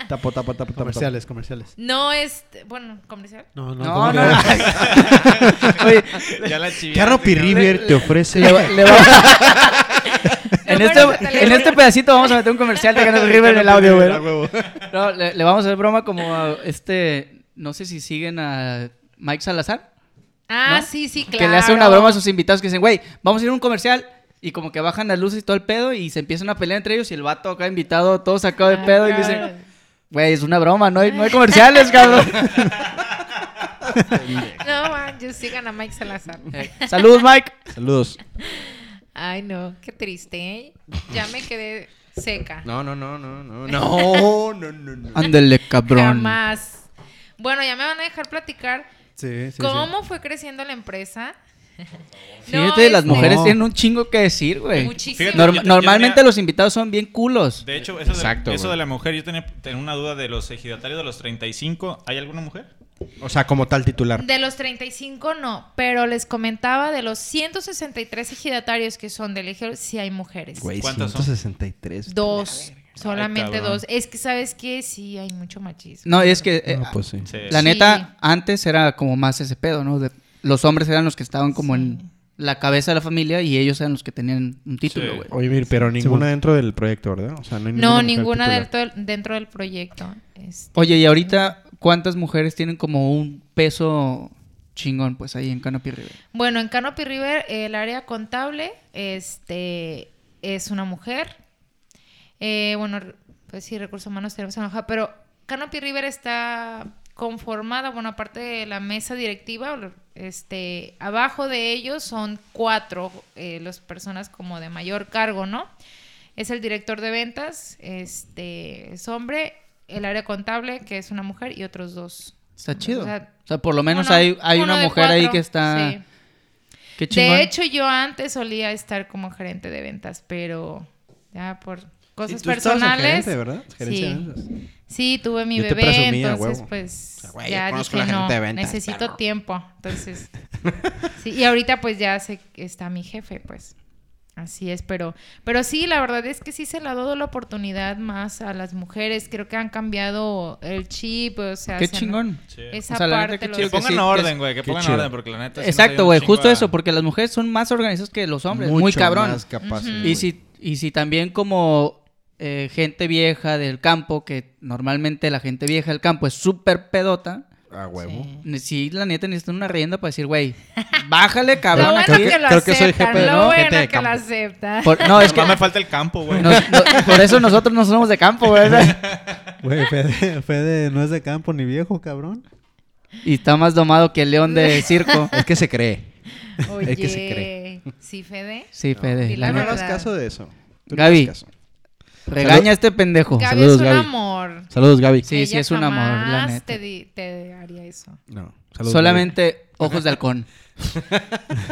tapo, tapo, tapo, tapo.
Comerciales, comerciales.
No, este, bueno, comercial.
No, no,
No, no,
¿cómo
no.
que-
Oye,
Ya la chiviaste,
Carropi
cabrón.
River te ofrece.
le va- le va- en,
No,
este,
bueno, se te
en
le-
este pedacito vamos a meter un comercial de Ganas River en el audio, güey.
A huevo.
No, le, le vamos a hacer broma como a este. No sé si siguen a Mike Salazar.
Ah,
¿no?
sí, sí, claro.
Que le hace una broma a sus invitados que dicen, güey, vamos a ir a un comercial. Y como que bajan las luces y todo el pedo y se empieza una pelea entre ellos y el vato acá invitado, todo sacado de
Ah,
pedo y
claro.
dicen, güey, es una broma, no hay, no hay comerciales, cabrón.
No, man, yo sigan a Mike Salazar.
Eh, Saludos, Mike.
Saludos.
Ay, no, qué triste, ¿eh? Ya me quedé seca.
No, no, no, no, no. No, no, no, no.
Ándele, cabrón.
Jamás. Bueno, ya me van a dejar platicar
Sí, sí, sí.
cómo fue creciendo la empresa. No,
Fíjate, las
este,
mujeres eh,
No.
tienen un chingo que decir, güey.
Muchísimo.
Fíjate,
Norm-
yo te- yo
normalmente
tenía-
los invitados son bien culos.
De hecho, eso,
Exacto,
de, eso
güey.
de la mujer, yo tenía, tenía una duda de los ejidatarios de los 35. ¿Hay alguna mujer?
O sea, como tal titular.
De los 35 no, pero les comentaba de los 163 ejidatarios que son del ejido, sí hay mujeres.
Güey,
¿Cuántas son?
163.
Dos, solamente
cabrón.
dos. Es que, ¿sabes qué? Sí, hay mucho machismo.
No, es que, eh,
No, pues sí.
Sí.
la
Sí.
neta, antes era como más ese pedo, ¿no? De- los hombres eran los que estaban como en la cabeza de la familia y ellos eran los que tenían un título,
Sí.
güey.
Oye, Mir, pero ninguna dentro del proyecto, ¿verdad? O sea, no hay
No,
mujer
ninguna
titular.
dentro del, dentro del proyecto. Este,
Oye, y ahorita, ¿cuántas mujeres tienen como un peso chingón, pues ahí en Canopy River?
Bueno, en Canopy River, el área contable este, es una mujer. Eh, bueno, r- pues sí, recursos humanos tenemos en Oaxaca, pero Canopy River está conformada, bueno, aparte de la mesa directiva, lo- este, abajo de ellos son cuatro eh, las personas como de mayor cargo, ¿no? Es el director de ventas, este, es hombre, el área contable, que es una mujer, y otros dos.
Está chido. O
O
sea,
sea,
por lo menos
Uno-
hay, hay
uno
una
de
mujer ahí
cuatro,
que está...
sí.
Qué chingón.
De hecho, yo antes solía estar como gerente de ventas, pero ya por
Sí,
cosas
tú estabas en
personales.
gerente, ¿verdad? Gerencia de
sí.
ventas.
Sí, tuve mi
Yo te
bebé,
presumía,
entonces
huevo.
pues
sea, güey,
ya
yo conozco
dije
a la
no,
gerente de ventas,
necesito
perro".
tiempo, entonces sí, y ahorita pues ya sé que está mi jefe, pues así es, pero pero sí, la verdad es que sí se le ha dado la oportunidad más a las mujeres, creo que han cambiado el chip, o sea,
Qué
se han-
chingón.
Sí.
Esa
O sea, la neta,
parte
qué
lo-
Que
chido
pongan
sí, que-
orden, güey. Que
qué
pongan
chido.
orden, porque la neta. sí nos ayuda
Exacto,
un
güey.
chingo
Justo
a-
eso, porque las mujeres son más organizadas que los hombres. muy
Mucho
cabrón.
más capaces,
Ujú.
güey.
Y si, y si también como eh, gente vieja del campo, que normalmente la gente vieja del campo es súper pedota,
A huevo.
Sí.
ne- sí, la neta necesitan una rienda para decir, güey, bájale, cabrón.
Lo bueno
aquí".
que lo
creo que soy
aceptan,
jefe, ¿no?
lo
Gente de
bueno que lo
campo.
aceptan.
Por- no, es que
No me falta el campo, güey.
nos- no- por eso nosotros no somos de campo, güey.
Güey, Fede, Fede no es de campo ni viejo, cabrón.
Y está más domado que el león de circo.
Es que se cree.
Oye,
Es que se cree.
sí, Fede.
Sí, Fede.
La
no
la-
verdad.
hagas caso de eso. Tú no
Gaby.
hagas caso.
Regaña a este pendejo.
Gaby
Saludos,
es un
Gaby.
amor.
Saludos, Gaby.
Sí, sí,
Ella
es un amor, la
jamás
neta.
Te, di- te haría eso.
No, saludos,
Solamente ojos de halcón.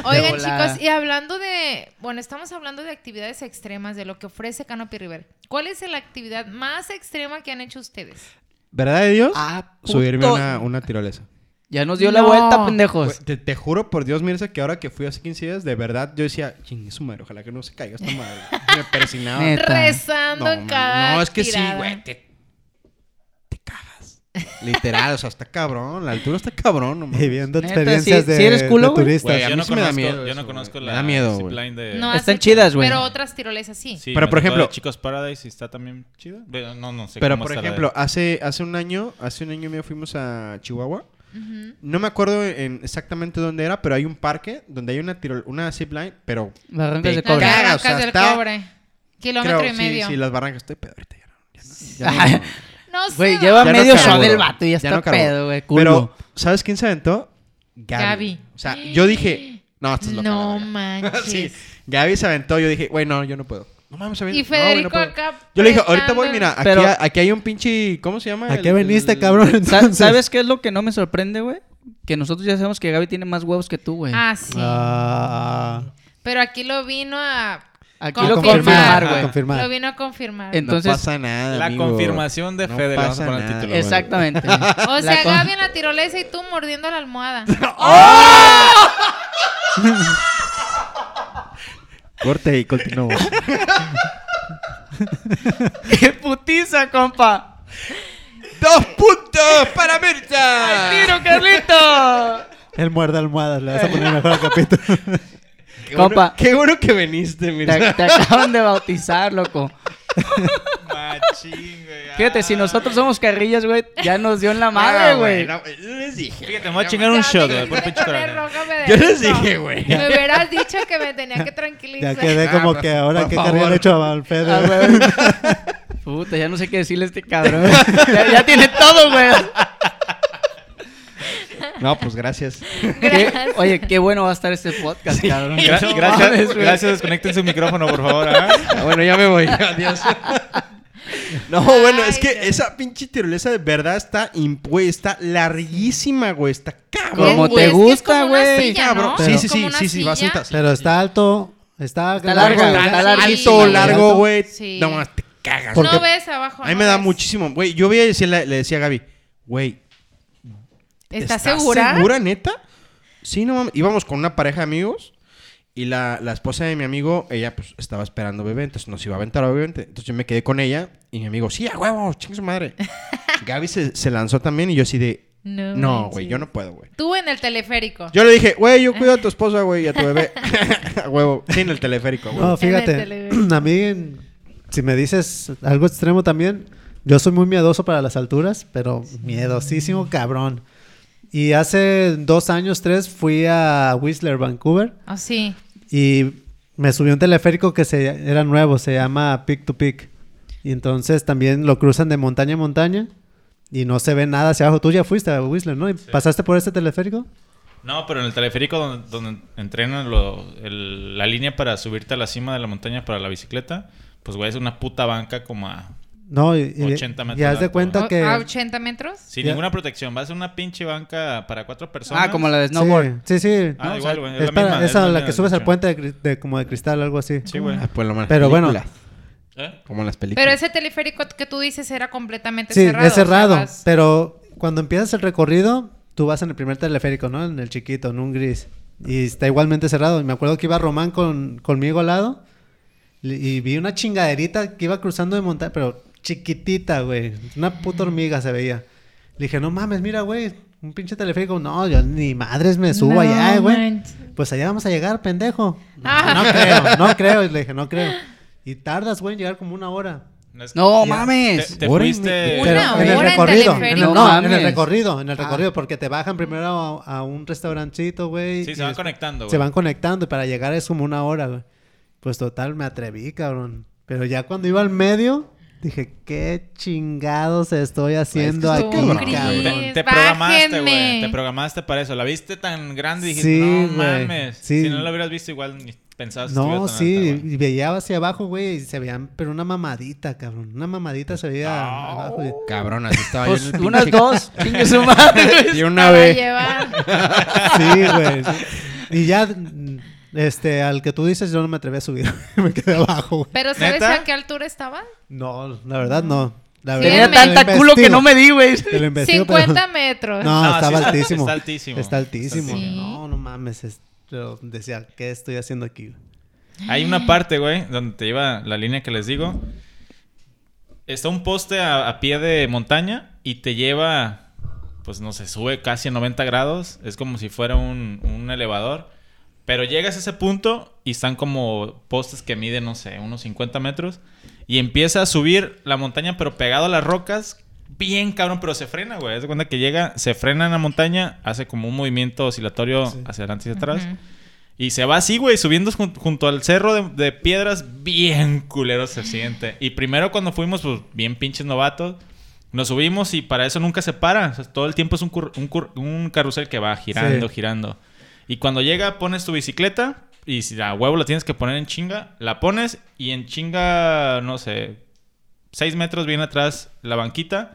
Oigan,
volada.
chicos, y hablando de. Bueno, estamos hablando de actividades extremas, de lo que ofrece Canopy River. ¿Cuál es la actividad más extrema que han hecho ustedes?
Gaby. ¿Verdad de Dios?
Ah,
Subirme a
puto.
una, una tirolesa.
Ya nos dio la
No.
vuelta, pendejos.
Güey, Te, te juro por Dios, Mirza, que ahora que fui hace 15 días, de verdad yo decía, chingue su madre, ojalá que no se caiga esta madre. Me persinaba.
Neta.
Rezando
No,
en
man,
cada.
no, es que sí,
tirada.
güey. Te, te cagas. Literal, o sea, está cabrón. La altura está cabrón, no mames.
Y viendo
Neta,
experiencias
sí-
de,
sí eres culo,
de
güey.
turistas.
Güey, a
yo,
mí
no
sí me da
conozco,
miedo
yo no
eso, güey.
conozco
Me
la
da miedo, güey.
zipline de...
No
Están
hace-
chidas, güey.
Pero otras tirolesas sí.
Sí,
Pero,
me
por
tocó
ejemplo-
de Chicos Paradise está también chido. Pero No, no sé
Pero
cómo
por
está la de-
ejemplo, hace, hace un año, hace un año mío fuimos a Chihuahua.
Ujú.
No me acuerdo en exactamente dónde era, pero hay un parque donde hay una tirol, una zipline, pero
Barrancas
Te
de
Las
cobre.
cagas.
barrancas
o sea,
del
está-
cobre. Kilómetro
creo-
y medio.
Sí, sí, las barrancas estoy pedo ahorita ya. no- ya no- ya
Ay,
no-
No sé.
Güey, lleva
Ya no
medio
carburo.
shot del vato y ya,
Ya
está
no carburo.
pedo, güey.
Pero
Culo.
¿sabes quién se aventó? Gaby.
Gaby.
O sea, yo dije, no, esto es loca, la
No
verga.
manches.
Sí, Gaby se aventó, yo dije, güey, no, yo no puedo. No mames, se aventó.
Y
No, güey,
Federico
no puedo.
acá.
Yo le dije, ahorita voy,
apretando-
mira, aquí,
Pero-
ha- aquí hay un pinche, ¿cómo se llama?
¿A
El-
qué veniste,
el-
cabrón?
Sa-
Entonces?
¿Sabes qué es lo que no me sorprende, güey? Que nosotros ya sabemos que Gaby tiene más huevos que tú, güey.
Ah, sí.
Ah,
Pero aquí lo vino a
Aquí
Ah, confirmar.
lo confirmar,
Confirmar,
güey.
confirmar.
Lo vino a confirmar.
Entonces-
no pasa nada,
La
amigo.
confirmación de Fede, le vamos a
pasa
poner el
nada.
título, güey.
Exactamente.
O
La
sea,
con-
Gaby en la tirolesa y tú mordiendo la almohada.
Corte y continúo.
¡Qué putiza, compa!
¡Dos puntos para Mirta!
¡Tiro, Carlito!
Él muerde almohadas, le vas a poner mejor al capítulo.
Qué bueno-
Compa.
qué bueno que viniste,
Te,
Mirta.
te acaban de bautizar, loco.
Machín, güey.
Fíjate, si nosotros somos carrillas, güey, ya nos dio en la madre,
Ah,
güey.
no, yo les dije.
Fíjate, me
güey,
voy a
no
chingar un
Ya
shot,
me
güey. Por
quise
pinche
poner
coronel.
roja,
mames. Yo
Federico.
les dije, güey.
Me hubieras dicho que me tenía que
Ya
tranquilizar.
quedé como
Ah,
que ahora
por
que
favor.
carrera le he hecho al Fede.
Ah, güey. Puta, ya no sé qué decirle a este cabrón. ya, ya tiene todo, güey.
No, pues gracias.
Qué-
Gracias.
Oye, qué bueno va a estar este podcast, cabrón.
Gra-
No mames,
gracias,
güey.
gracias. Desconecten su micrófono, por favor. ¿ah?
Ah, Bueno, ya me voy. Adiós. No, bueno, es
Ay,
que
no.
esa pinche tirolesa de verdad está impuesta, larguísima, güey. Está cabrón.
Como
Güey,
te
es que es
gusta,
como una
güey.
silla,
Cabrón.
¿no?
Sí, sí,
Es como
sí,
una
sí, sí, vas
silla.
juntas.
Pero está alto, está,
Está
Güey,
largo,
está
está
alto,
larguísimo.
largo, güey.
Sí.
No, más te cagas.
Porque-
No ves abajo.
A mí
no
me da
ves.
muchísimo. Güey, yo voy a decirle, le decía a Gaby, güey,
¿Estás segura?
segura, neta? Sí, no mames. Íbamos con una pareja de amigos y la, la esposa de mi amigo, ella pues estaba esperando bebé, entonces nos iba a aventar obviamente. Entonces yo me quedé con ella y mi amigo, sí, a huevo, chingue su madre. Gaby se, se lanzó también y yo así de,
No,
No,
manches.
güey, yo no puedo, güey.
Tú en el teleférico.
Yo le dije, güey, yo cuido a tu esposa, güey, y a tu bebé. A huevo, sin el teleférico, güey.
No, fíjate,
televisión.
a mí, en- si me dices algo extremo también, yo soy muy miedoso para las alturas, pero miedosísimo cabrón. Y hace dos años, tres, fui a Whistler, Vancouver,
Ah, sí.
y me subí a un teleférico que se, era nuevo, se llama Peak to Peak. Y entonces también lo cruzan de montaña a montaña y no se ve nada hacia abajo. Tú ya fuiste a Whistler, ¿no? ¿Y ¿Pasaste por este teleférico?
No, pero en el teleférico donde, donde entrenan lo- el- la línea para subirte a la cima de la montaña para la bicicleta, pues güey, es una puta banca como a...
No, y, y,
80 metros
y haz
de
de
alto.
cuenta
O-
que...
¿A 80 metros?
Sin
Ya.
ninguna protección, va a ser una pinche banca para cuatro personas.
Ah, como la de snowboard.
Sí, sí. sí.
Ah,
No,
igual,
o sea,
güey, es
Es
la
para-
misma, es
esa, la
misma,
que subes
de
al
hecho.
puente de, cri- de- como de cristal, algo así.
Sí, güey.
Ah, pues lo malo.
Pero bueno.
¿Eh?
Como las películas.
Pero ese teleférico que tú dices era completamente
Sí,
cerrado.
es cerrado.
o sea, vas-
Pero cuando empiezas el recorrido, tú vas en el primer teleférico, ¿no? En el chiquito, en un gris. Y está igualmente cerrado. Y me acuerdo que iba Román con, conmigo al lado. li- Y vi una chingaderita que iba cruzando de montaña, pero chiquitita, güey. Una puta hormiga se veía. Le dije, no mames, mira, güey. Un pinche teleférico. No, yo ni madres me subo
No
allá, güey.
manches.
Pues allá vamos a llegar, pendejo. No,
Ah.
no creo, no creo. Y le dije, no creo. Y tardas, güey, en llegar como una hora.
Es-
No
Ya.
Te,
mames.
te
Órale.
fuiste...
en el
Una hora en
recorrido.
teleférico.
en el-
No
no, en el
mames.
recorrido, en el
Ah.
recorrido, porque te bajan primero a, a un restaurancito, güey.
Sí,
y
se van
des-
conectando, güey.
Se van conectando y para llegar es como una hora, güey. Pues total, me atreví, cabrón. Pero ya cuando iba al medio, dije, ¿qué chingados estoy haciendo
está
aquí,
cabrón,
cabrón?
güey.
Te, te
Bájenme.
programaste, güey. Te programaste para eso. La viste tan grande y dijiste,
Sí,
no
güey.
mames.
Sí.
Si no la hubieras visto, igual ni pensabas
No, sí,
güey.
y veía hacia abajo, güey, y se veían, pero una mamadita, cabrón. Una mamadita se veía abajo. güey.
Ah,
Oh.
Cabrón, así estaba yo en
Pues
el pinche-
unas dos. Chingue su madre.
Y una
Para
vez.
llevar.
Sí, güey. Y ya, mm, este, al que tú dices, yo no me atreví a subir. me quedé abajo, güey.
Pero ¿sabes
¿Neta?
a qué altura estaba?
No, la verdad no. La
Sí,
verdad,
Tenía
me-
tanta culo que no me di, güey.
Te lo investigo,
50
pero-
metros.
No,
No,
estaba
sí,
altísimo.
está altísimo.
Está altísimo.
Sí.
No, no mames. es- Pero decía, ¿qué estoy haciendo aquí?
Hay una parte, güey, donde te lleva la línea que les digo. Está un poste a, a pie de montaña y te lleva, pues no sé, sube casi a 90 grados. Es como si fuera un, un elevador. Pero llegas a ese punto y están como postes que miden, no sé, unos 50 metros. Y empieza a subir la montaña, pero pegado a las rocas. Bien cabrón, pero se frena, güey. Es de cuenta que llega, se frena en la montaña, hace como un movimiento oscilatorio hacia adelante y hacia atrás.
Ujú.
Y se va así, güey, subiendo jun- junto al cerro de, de piedras, bien culero se siente. Y primero cuando fuimos, pues bien pinches novatos, nos subimos y para eso nunca se para. O sea, todo el tiempo es un, cur- un cur- un carrusel que va girando,
Sí.
girando. Y cuando llega, pones tu bicicleta y si la huevo la tienes que poner en chinga, la pones y en chinga, no sé, seis metros bien atrás la banquita.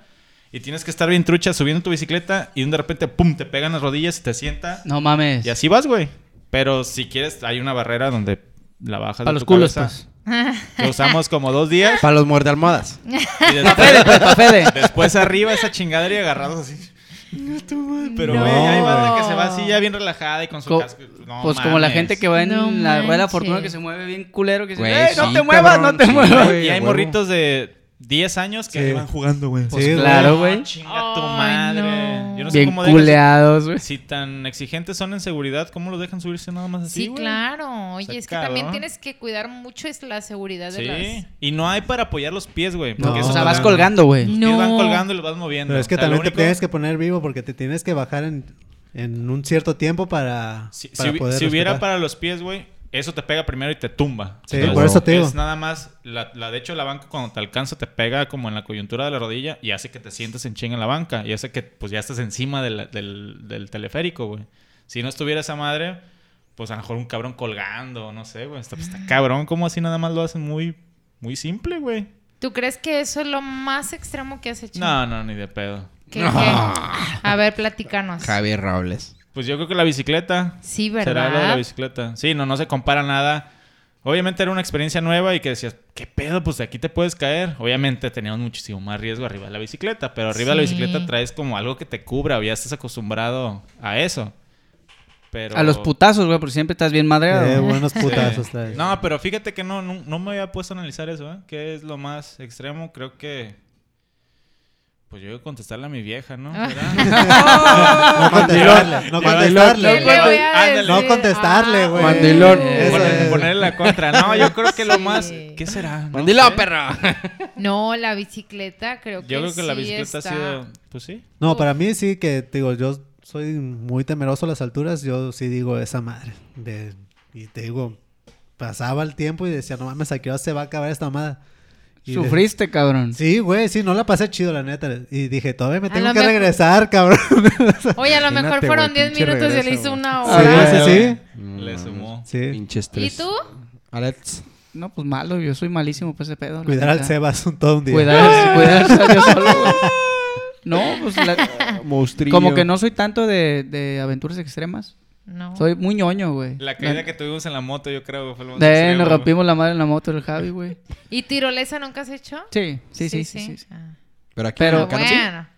Y tienes que estar bien trucha subiendo tu bicicleta y de repente, pum, te pegan las rodillas y te sienta.
No mames.
Y así vas, güey. Pero si quieres, hay una barrera donde la bajas.
Para
de
los
tu
culos, pues.
cabeza, Que usamos como dos días.
Para los muerdealmohadas.
Y
Pa' Fede,
después,
pues, pa' Fede.
después arriba esa chingadera y agarrados así. Pero,
No.
güey, hay banda que se va así ya bien relajada y con su
Co-
casco. No
pues como la
mames.
gente que va en
No
la rueda de la fortuna
manches.
que se mueve bien culero, que dice,
Güey,
¡eh, no
sí,
te muevas,
cabrón,
no te
sí,
muevas!
güey.
Y hay
huevo.
morritos de 10 años que
Sí.
van jugando, güey. Ah,
Sí, güey.
claro, güey.
Chinga tu
Ay,
madre.
no.
Yo no sé
Bien
cómo dejan.
culeados, güey.
Si tan exigentes son en seguridad, ¿cómo los dejan subirse nada más así?
Sí,
güey?
claro. Oye,
Está
es que también
cabrón.
tienes que cuidar mucho es la seguridad de
Sí.
las...
Y no hay para apoyar los pies, güey.
No,
porque
o
eso
sea,
te
vas
dan-
colgando, güey.
No.
Los pies van colgando y los vas moviendo.
Pero es que
O sea, lo
también te
único-
tienes que poner vivo porque te tienes que bajar en, en un cierto tiempo para,
Si, si
para
hubi-
poder
si hubiera
respetar.
para los pies, güey, eso te pega primero y te tumba.
Sí, por eso te digo.
Es nada más, la, la- de hecho, la banca cuando te alcanza te pega como en la coyuntura de la rodilla y hace que te sientes en chinga en la banca y hace que pues ya estás encima de la- del, del teleférico, güey. Si no estuviera esa madre, pues a lo mejor un cabrón colgando, no sé, güey. Está, pues, está cabrón, como así nada más lo hacen muy, muy simple, güey.
¿Tú crees que eso es lo más extremo que has hecho?
No, no, ni de pedo.
¿Qué, qué? A ver, platícanos.
Javier Robles.
Pues yo creo que la bicicleta,
Sí,
Será lo de la
¿verdad?
bicicleta. Sí, no, no se compara nada. Obviamente era una experiencia nueva y que decías, ¿qué pedo? Pues de aquí te puedes caer. Obviamente teníamos muchísimo más riesgo arriba de la bicicleta, pero arriba de la
Sí.
bicicleta traes como algo que te cubra, o ya estás acostumbrado a eso. Pero...
A los putazos, güey, porque siempre estás bien
Qué
madreado. güey.
buenos
Sí.
putazos traes.
No, pero fíjate que no, no, no me había puesto a analizar eso, ¿eh? ¿Qué es lo más extremo? Creo que... pues yo voy a contestarle a mi vieja, ¿no?
Ah.
¿Verdad?
No contestarle. No
¿Qué le
contestarle.
voy a
Ándale.
decir?
No contestarle,
Ah,
güey.
Mandilón.
Eso
Poner-
es.
Ponerle la contra. No, yo creo que lo
Sí.
más. ¿Qué será? No
Mandilón,
sé.
perro.
No, la bicicleta creo que
Yo creo que la
sí
bicicleta ha
está.
sido. Pues sí.
No, para mí sí que, te digo, yo soy muy temeroso a las alturas. Yo sí digo esa madre. de- y te digo, pasaba el tiempo y decía, no mames, ¿a qué hora se va a acabar esta madre? Y de-
Sufriste, cabrón.
Sí, güey, sí, no la pasé chido, la neta. Y dije, todavía me
A
tengo
lo
que
mejor-
regresar, cabrón.
Oye, a lo mejor
Imagínate,
fueron
güey,
10
pinche
minutos y le
regresa,
hizo
güey.
una
Sí,
hora.
sí, sí.
Mm.
Le sumó.
Sí.
Pinches
¿Y tú?
Alex.
No, pues malo, yo soy malísimo para ese pedo. la
Cuidar al
neta.
Sebas un todo un día.
Cuidar, cuidar al yo solo, güey. No, pues la-
Monstrillo.
como que no soy tanto de, de aventuras extremas.
No.
Soy muy ñoño, güey.
La caída que tuvimos en la moto, yo creo que fue lo más.
De,
extremo,
nos
güey.
rompimos la madre en la moto del Javi, güey.
¿Y tirolesa nunca has hecho?
Sí, sí, sí, sí. sí, sí.
Ah.
Pero aquí
Pero
Ah, bueno.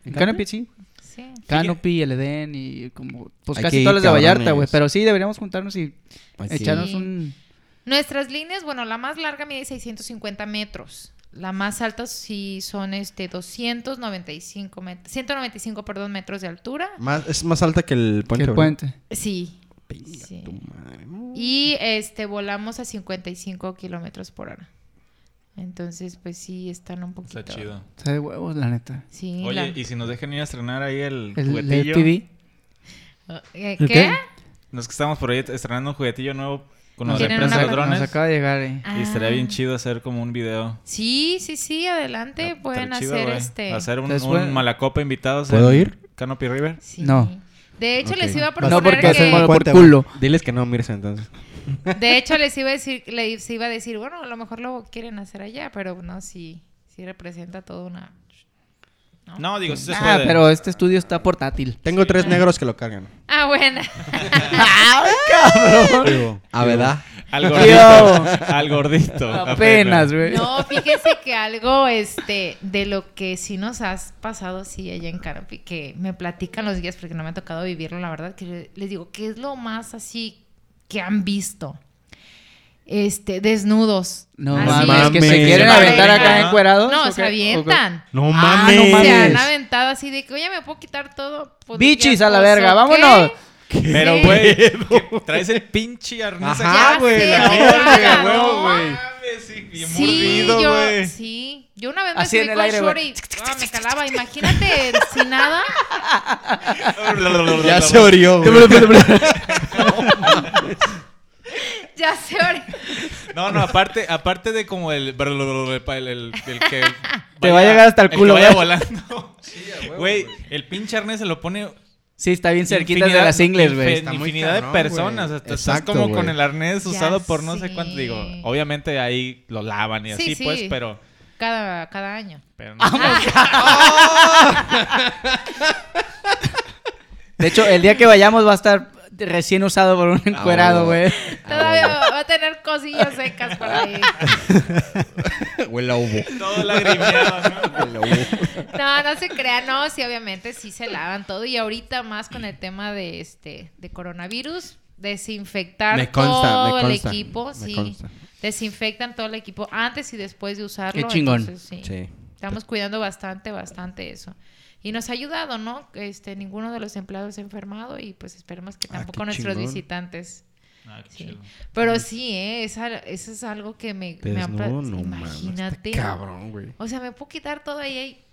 Canopy, Canopy sí.
Sí.
Canopy, el Edén y como... Pues
Hay
casi
que ir,
todas las de Vallarta,
cabrones.
güey. Pero sí, deberíamos juntarnos y
Aquí.
echarnos
Sí.
un...
Nuestras líneas, bueno, la más larga mide 650 metros. La más alta sí son este 295 metros, 195, perdón, metros de altura.
Más, es más alta que el
que
puente.
el
¿verdad?
puente.
Sí.
Pinga
Sí.
tu madre, no.
Y este volamos a 55 kilómetros por hora. Entonces, pues sí, están un poquito.
Está chido.
Está de huevos, la neta.
Sí. la-
Oye, y si nos dejan ir a estrenar ahí el,
El, el
juguetillo.
TV.
Eh,
¿El
¿Qué?
qué?
Nos que estamos por ahí estrenando un juguetillo nuevo con los de
¿Tienen
empresa
una
de
plataforma?
Nos
drones.
acaba de llegar, eh.
Ah.
Y estaría bien chido hacer como un video.
Sí, sí, sí, adelante. Pueden
Ah, Estaría chido,
hacer
güey.
este.
Hacer un,
Entonces,
un
bueno.
malacopa invitados.
¿Puedo
en
ir?
Canopy River.
Sí.
No.
De hecho,
Ok.
les iba a proponer
No, porque
que...
es
el
por
puente, güey.
culo.
Diles que no, Mirza, entonces.
De hecho, les iba a decir, les iba a decir, bueno, a lo mejor lo quieren hacer allá, pero no, sí, sí representa toda una.
No, digo, si se
Ah,
puede.
pero este estudio está portátil.
Tengo tres negros que lo cargan.
Ah, bueno.
A Ah, verdad.
Al gordito. al gordito.
Apenas, güey.
No, fíjese que algo este de lo que sí nos has pasado sí allá en Canopy, que me platican los guías porque no me ha tocado vivirlo, la verdad, que les digo, ¿qué es lo más así que han visto? Este, desnudos.
No
Así,
mames, es que
mames.
se quieren
pareja.
aventar acá encuerados.
No,
¿o
se
qué?
avientan.
No
Ah, no
mames.
Se han aventado así de que, oye, me puedo quitar todo. Pues,
Bichis
ya,
a la
pues,
verga,
¿ok?
vámonos.
Pero, güey, que traes el pinche arnés
Ajá,
Ya
güey,
sé,
la
ojalá,
verga,
¿no?
huevo, güey.
Mames, sí, bien
Sí,
mordido,
yo,
güey.
sí. Yo una vez me
Así
subí
en el
con
aire,
short
güey.
y ah, me calaba. Imagínate, sin nada.
Ya se orió, güey.
Ya se ori-
No, no, aparte, aparte de como el. El, el- el que.
Te va a llegar hasta el culo,
El que vaya
güey.
volando. Güey, el pinche arnés se lo pone
Sí, está bien cerquita de
Infinidad-
las ingles, güey.
infin-
Está muy
Infinidad de
cabrón,
personas.
güey.
hasta estás
Exacto,
como
güey.
con el arnés
Ya
usado por no sé cuánto.
sé.
Digo, obviamente ahí lo lavan y
Sí,
así,
sí.
pues, pero.
Cada, cada año.
pero no.
De hecho, el día que vayamos va a estar recién usado por un encuerado, güey.
Todavía
Ah,
va a tener cosillas secas por ahí.
Huele a humo.
Todo lagrimeado, ¿no?
Huele a humo.
No, no se crea, no, sí, obviamente sí se lavan todo. Y ahorita más con el tema de este, de coronavirus, desinfectar
Me consta,
todo
me consta,
el equipo,
me
sí.
consta.
Desinfectan todo el equipo antes y después de
Qué
usarlo.
chingón.
entonces, sí.
Sí.
Estamos cuidando bastante, bastante eso. Y nos ha ayudado, ¿no? Este, ninguno de los empleados se ha enfermado y pues esperemos que
Ah,
tampoco
qué
nuestros
chingón.
visitantes.
Ah, qué
Sí.
chido.
Pero sí, ¿eh? Esa- eso es algo que me, me ha pla-
Desnudo, pues, no mames. este
Imagínate.
Cabrón, güey.
O sea, me puedo quitar todo ahí, ahí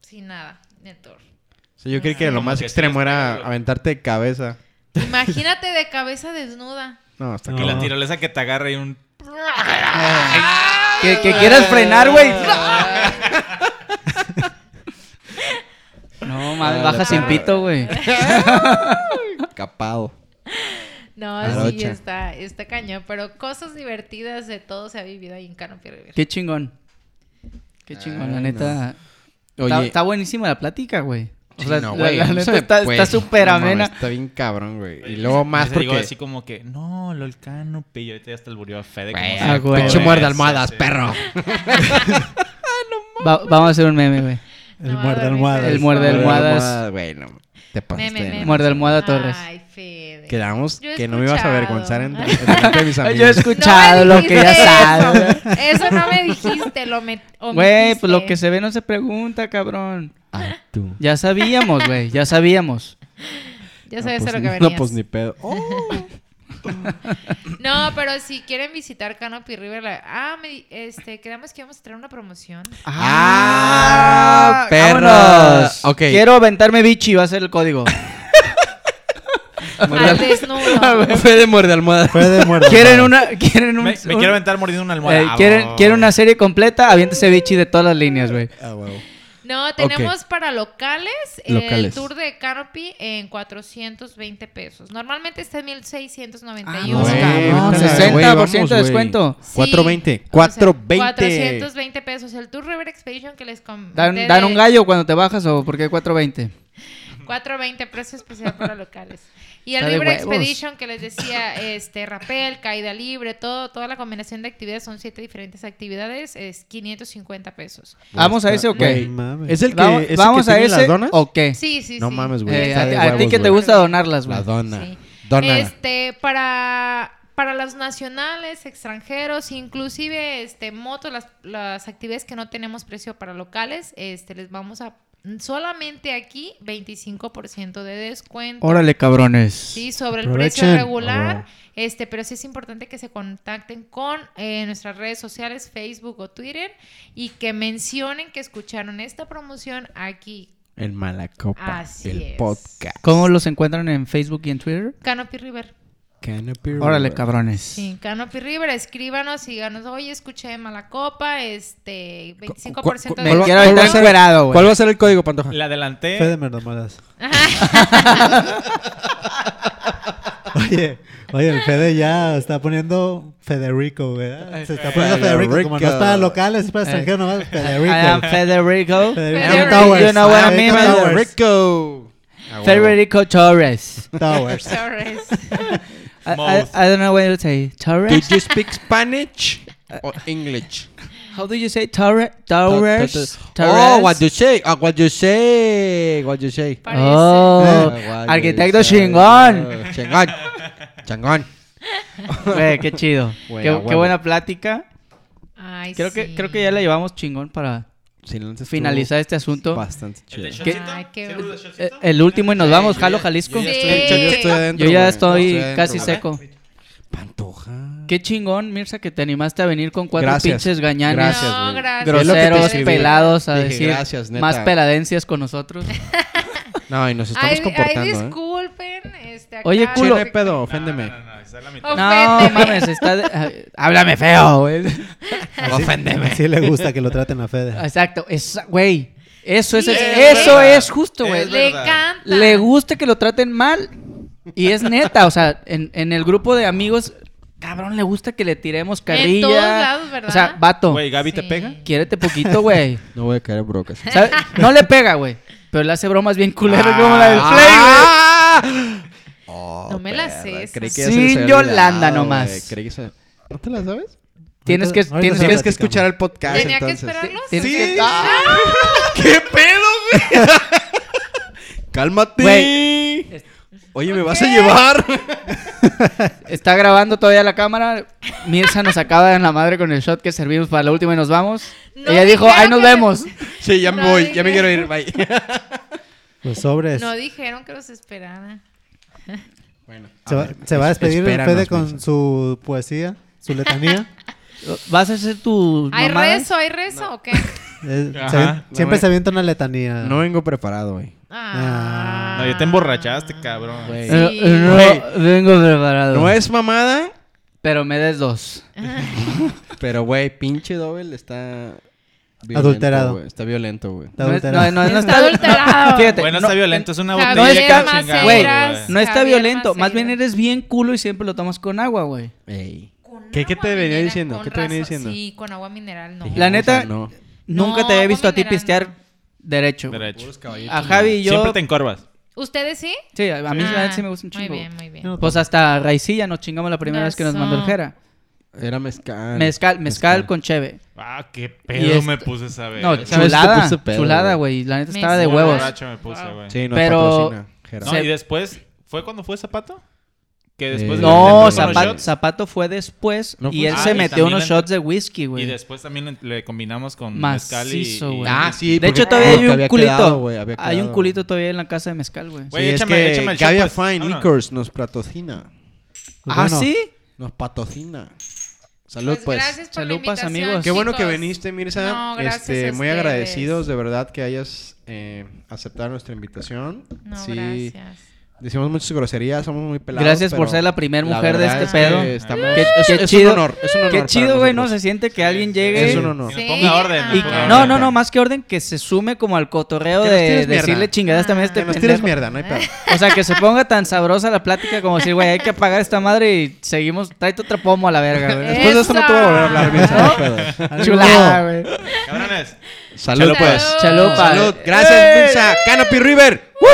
sin nada, neto.
O sea, yo creí que lo
Como
más
que sí,
extremo era
pero-
aventarte de cabeza.
Imagínate de cabeza desnuda.
No, hasta
No.
Y la tirolesa que te agarra y un.
Que, que quieras frenar, güey. No, mames,
Ah,
baja
la
sin
perra.
pito, güey.
Capado.
No, sí,
Jarocha.
está, está cañón. Pero cosas divertidas de todo se ha vivido ahí en Canopy River.
Qué chingón. Qué chingón, la
Ay,
neta. Está,
Oye,
está buenísima la plática, güey. O
sí,
sea,
no,
la-
güey,
la,
no
neta
se me
está
puede.
está súper
No mames,
amena.
Está bien cabrón, güey. Y luego más
Yo te digo
porque...
así como que, no, lo el canopy. Y ahorita ya hasta el burio a Fede. como
Güey,
sea,
Ah, güey.
pinche
todo
muerde
eso,
almohadas,
sí.
perro.
Va- vamos a hacer un meme, güey.
El
No,
muerde
dormí
almohadas.
El muerde
Muerde
almohadas.
Güey, no. Te pasaste. de
Meme, meme.
lanza.
Muerde almohada Torres.
Em, Ay, Fede.
Quedamos
Yo he
que no me ibas a
escuchado.
avergonzar en, en frente de mis
Yo he escu-
amigos.
No me
escuchado lo
dijiste
que ya
eso. Eso no me dijiste, lo met-
Güey, pues lo
omitiste.
que se ve no se pregunta, cabrón.
Ah, tú.
Ya sabíamos, güey, ya sabíamos.
Ya
No,
sabes
pues,
a lo que
ni-
venías.
No, pues ni pedo. Oh,
No, pero si quieren visitar Canopy River, la- ah, me di- este, quedamos que íbamos a traer una promoción.
Ah, perros.
vámonos.
Ok.
Quiero aventarme bichi, va a ser el código. Ah,
Al desnudo.
Fue de muerde almohada.
Fue de muerte.
¿Quieren una quieren
Me,
un-
me
un-
quiero aventar mordiendo una almohada.
eh, ¿quieren, quieren una serie completa? Aviéntese bichi de todas las líneas, güey.
Ah, huevo.
No, tenemos para locales, eh, el
Locales.
tour de Canopy en 420 pesos. Normalmente está en
No,
1691.
Güey,
cabrón,
vete a la-
60%
güey, vamos,
de
güey.
descuento.
Sí,
420.
o sea,
420.
420 pesos. El Tour River Expedition que les comenté.
Dan,
de
dan un gallo cuando te bajas o porque 420.
Pues,
420 precio especial para locales. Y el
Está de
River
huevos.
Expedition que les decía, este, rapel, caída libre, todo, toda la combinación de actividades, son siete diferentes actividades, es 550 pesos.
¿Vamos a ese o
Güey,
qué?
mames.
¿Es el que,
Vamos,
es el
vamos
que
a
tiene
ese
las donas?
o qué?
Sí, sí,
Eh, No
sí.
mames, güey.
Eh,
está de
a, a ti
huevos,
que te
güey.
gusta donarlas, güey.
La dona.
Sí.
Dónala.
Este, para, para los nacionales, extranjeros, inclusive este, motos, las, las actividades que no tenemos precio para locales, este, les vamos a solamente aquí 25% de descuento.
Órale, cabrones.
Sí, sobre el
Aprovechen.
precio regular.
Ah.
Este, pero sí es importante que se contacten con eh, nuestras redes sociales, Facebook o Twitter, y que mencionen que escucharon esta promoción aquí.
En Malacopa.
Así
el
es.
podcast.
¿Cómo los encuentran en Facebook y en Twitter?
Canopy River.
Canopy
Órale,
River.
cabrones.
Sí, Canopy River, escríbanos y díganos, oye, escuché Malacopa, este, 25%
cu-
de...
Me
¿Cuál va-
quiero
cuál va
aventar
a ser-
encuerado, güey.
¿Cuál va a ser el código, Pantoja?
La adelanté.
Fue de merdomoras. Oye, oye, el Fede ya está poniendo Federico, ¿verdad? Se está poniendo Federico. Como no
Federico.
está local, es para extranjero nomás.
I am Federico.
Federico.
Federico
You
Ah,
know what I mean,
Federico
man?
Towers.
Rico.
Federico Torres.
Towers.
Torres.
I, I,
Mouth.
I don't know what you say.
Do
Torres?
you speak Spanish or English?
How do you say Torres? Torres?
Oh, what you say? Ah, what you say? What you say?
Parece.
Oh,
Ah, what
arquitecto
you say.
chingón.
Oh, Chingón. Chingón.
Güey, qué chido.
Güey,
qué,
a
qué
huevo.
buena plática.
Ay,
Creo que,
sí.
creo que ya la llevamos chingón para
Sí, la neta estuvo
finalizar este asunto.
Bastante chido.
¿El de
¿Qué?
shotcito?
Ay, qué-
¿Sí, el de
Eh,
shotcito?
El último y nos vamos. Jalo, Jalisco.
Yo ya
Sí.
estoy, yo ya estoy adentro,
Yo ya
güey.
estoy casi
adentro.
seco.
Pantoja.
Qué chingón, Mirza, que te animaste a venir con cuatro
Gracias.
pinches gañanes.
Gracias,
No,
güey.
gracias.
Es lo que te
Groseros,
escribí.
pelados, a
Dije,
decir
gracias, neta.
más peladencias con nosotros.
No, y nos estamos
Ay, ay,
comportando, ¿eh?
disculpen. Este, acá-
Oye,
Sí,
culo.
no hay pedo,
No, no,
oféndeme.
no, no, está en la mitad.
Oh.
No,
Oféndeme.
mames, está... de- ah, Háblame feo, güey.
¿Ah,
Oféndeme.
Sí le gusta que lo traten a Fede.
Exacto, esa- güey. Eso es, el-
Sí,
eso
es
es justo, güey.
Es
Le
verdad.
encanta.
Le gusta que lo traten mal y es neta. O sea, en, en el grupo de amigos, cabrón, le gusta que le tiremos carrilla.
En todos lados, ¿verdad?
O sea, vato,
Güey, Gaby te
Sí.
pega.
quiérete poquito, güey.
No voy a caer en brocas.
¿Sabe? No le pega, güey. Pero le hace bromas bien culeras como la del
No me la sé. esa.
Ah. Oh, Creí que ya se
Sin
les había
Yolanda
olvidado,
nomás.
güey. Creí que se- ¿No te la sabes?
Play. Tienes que,
Ahorita- ahorita
tienes
se
que-
platicamos.
el podcast,
Tenía que esperarlo.
tienes
Sí.
que-
¡Qué pedo, güey! ¡Cálmate! Oye, ¿me vas a llevar?
Está grabando todavía la cámara. Mirza nos acaba en la madre con el shot que servimos para la última y nos vamos.
No
Ella dijo,
dijeron
ahí nos
que-
vemos.
Sí, ya me
No,
voy. Ya me
dije-
quiero ir. Bye.
Los sobres.
No dijeron que los esperara.
Se va, se va a despedir el Fede con su poesía, su letanía.
¿Vas a hacer tu
¿Hay
mamada?
rezo? ¿Hay rezo o qué?
Eh,
Ajá.
se ven-
No,
siempre
güey.
se avienta una letanía.
No vengo preparado, güey.
Ah.
No, ya te emborrachaste, cabrón.
Güey.
Sí.
Eh, eh, no,
Güey.
vengo preparado.
No es mamada,
Pero me des dos.
pero, güey, pinche Double está... violento,
Adulterado.
güey. Está violento, güey.
Está
No es-
adulterada.
no, no, no
Está adulterado.
No, fíjate,
Bueno,
no,
está violento, es una
Javier
botella
Maceiras.
que chingada,
Güey,
güey.
no está
Javier
violento. Más bien
Maceiras.
eres bien culo y siempre lo tomas con agua, güey.
Ey.
Con
¿Qué- qué te
agua
venía
mineral,
diciendo?
con
¿Qué te venía
razón.
diciendo?
Sí, con agua mineral, no.
La neta-
O sea, no.
Nunca
No,
te había
agua
visto a ti
mineral,
pistear
no.
derecho.
Derecho.
A Javi y yo.
Siempre te encorvas.
¿Ustedes sí?
Sí, a a mí la
Ah,
neta sí me gusta un chingo.
Muy bien, muy bien.
No,
Pues hasta raicilla nos chingamos la primera vez que nos mandó el
Beso.
Jera.
Era mezcal.
Mezcal, mezcal con cheve.
Ah, qué
Y
pedo
es-
me puse Pues, esa vez.
No,
ch- ¿Sabes? Te
chulada.
puse pedo,
Chulada,
güey.
güey. La neta estaba de
Mezcal.
huevos.
Borracho me puse, güey.
Sí,
Pero-
no pero... patrocina. Jera.
No,
Se-
y después, ¿fue cuando fue Zapato? Que después
Eh,
de-
No,
de- de- con los
Zapa-
shots,
Zapato fue después
No
y
fue-
él
Ah,
se
y
metió
también
unos
le-
shots de whisky, güey.
Y después también le, le combinamos con mezcal y...
Macizo,
y-
güey.
Ah, sí.
de
porque-
hecho, todavía hay
porque
un
había
culito.
quedado, güey, había
hay un
quedado.
culito todavía en la casa de mezcal, güey.
Güey,
Sí, es
échame-
que
échame el shot,
Gavia
pues.
Fine
Vámonos.
Liquors nos patrocina.
Pues
¿Ah,
bueno,
sí?
Nos patrocina. Salud,
Pues,
pues.
gracias por
Salud,
la
pas,
invitación,
amigos.
Qué bueno que
chicos.
viniste, Mirza.
No, gracias
Este,
a
muy
ustedes.
agradecidos, de verdad, que hayas eh, aceptado nuestra invitación.
No,
sí,
gracias.
decimos muchas groserías, somos muy pelados.
Gracias por
pero
ser la primer mujer de
verdad
este
es
pedo.
que estamos-
Qué,
es-
qué
es un
chido,
honor, es un honor
qué
para
chido, güey, ¿no?
nosotros.
Se siente que alguien llegue.
Es un honor.
Que nos
Sí,
ponga orden.
ah.
nos
Y,
ponga
no,
orden.
no, no, más que orden, que se sume como al cotorreo
Que nos
de
tires mierda.
decirle chingadas también a este
Que nos tires
pendejo.
mierda, no hay pedo.
O sea, que se ponga tan sabrosa la plática como decir, güey, hay que apagar esta madre y seguimos. Tráete otro pomo a la verga, güey.
Después de esto no te voy a volver a hablar,
Mirza, no hay pedo.
algo-
Chulada, güey.
Cabrones.
Salud, pues.
Chalupa.
Salud. Gracias, Mirza. Canopy River. ¡Woo!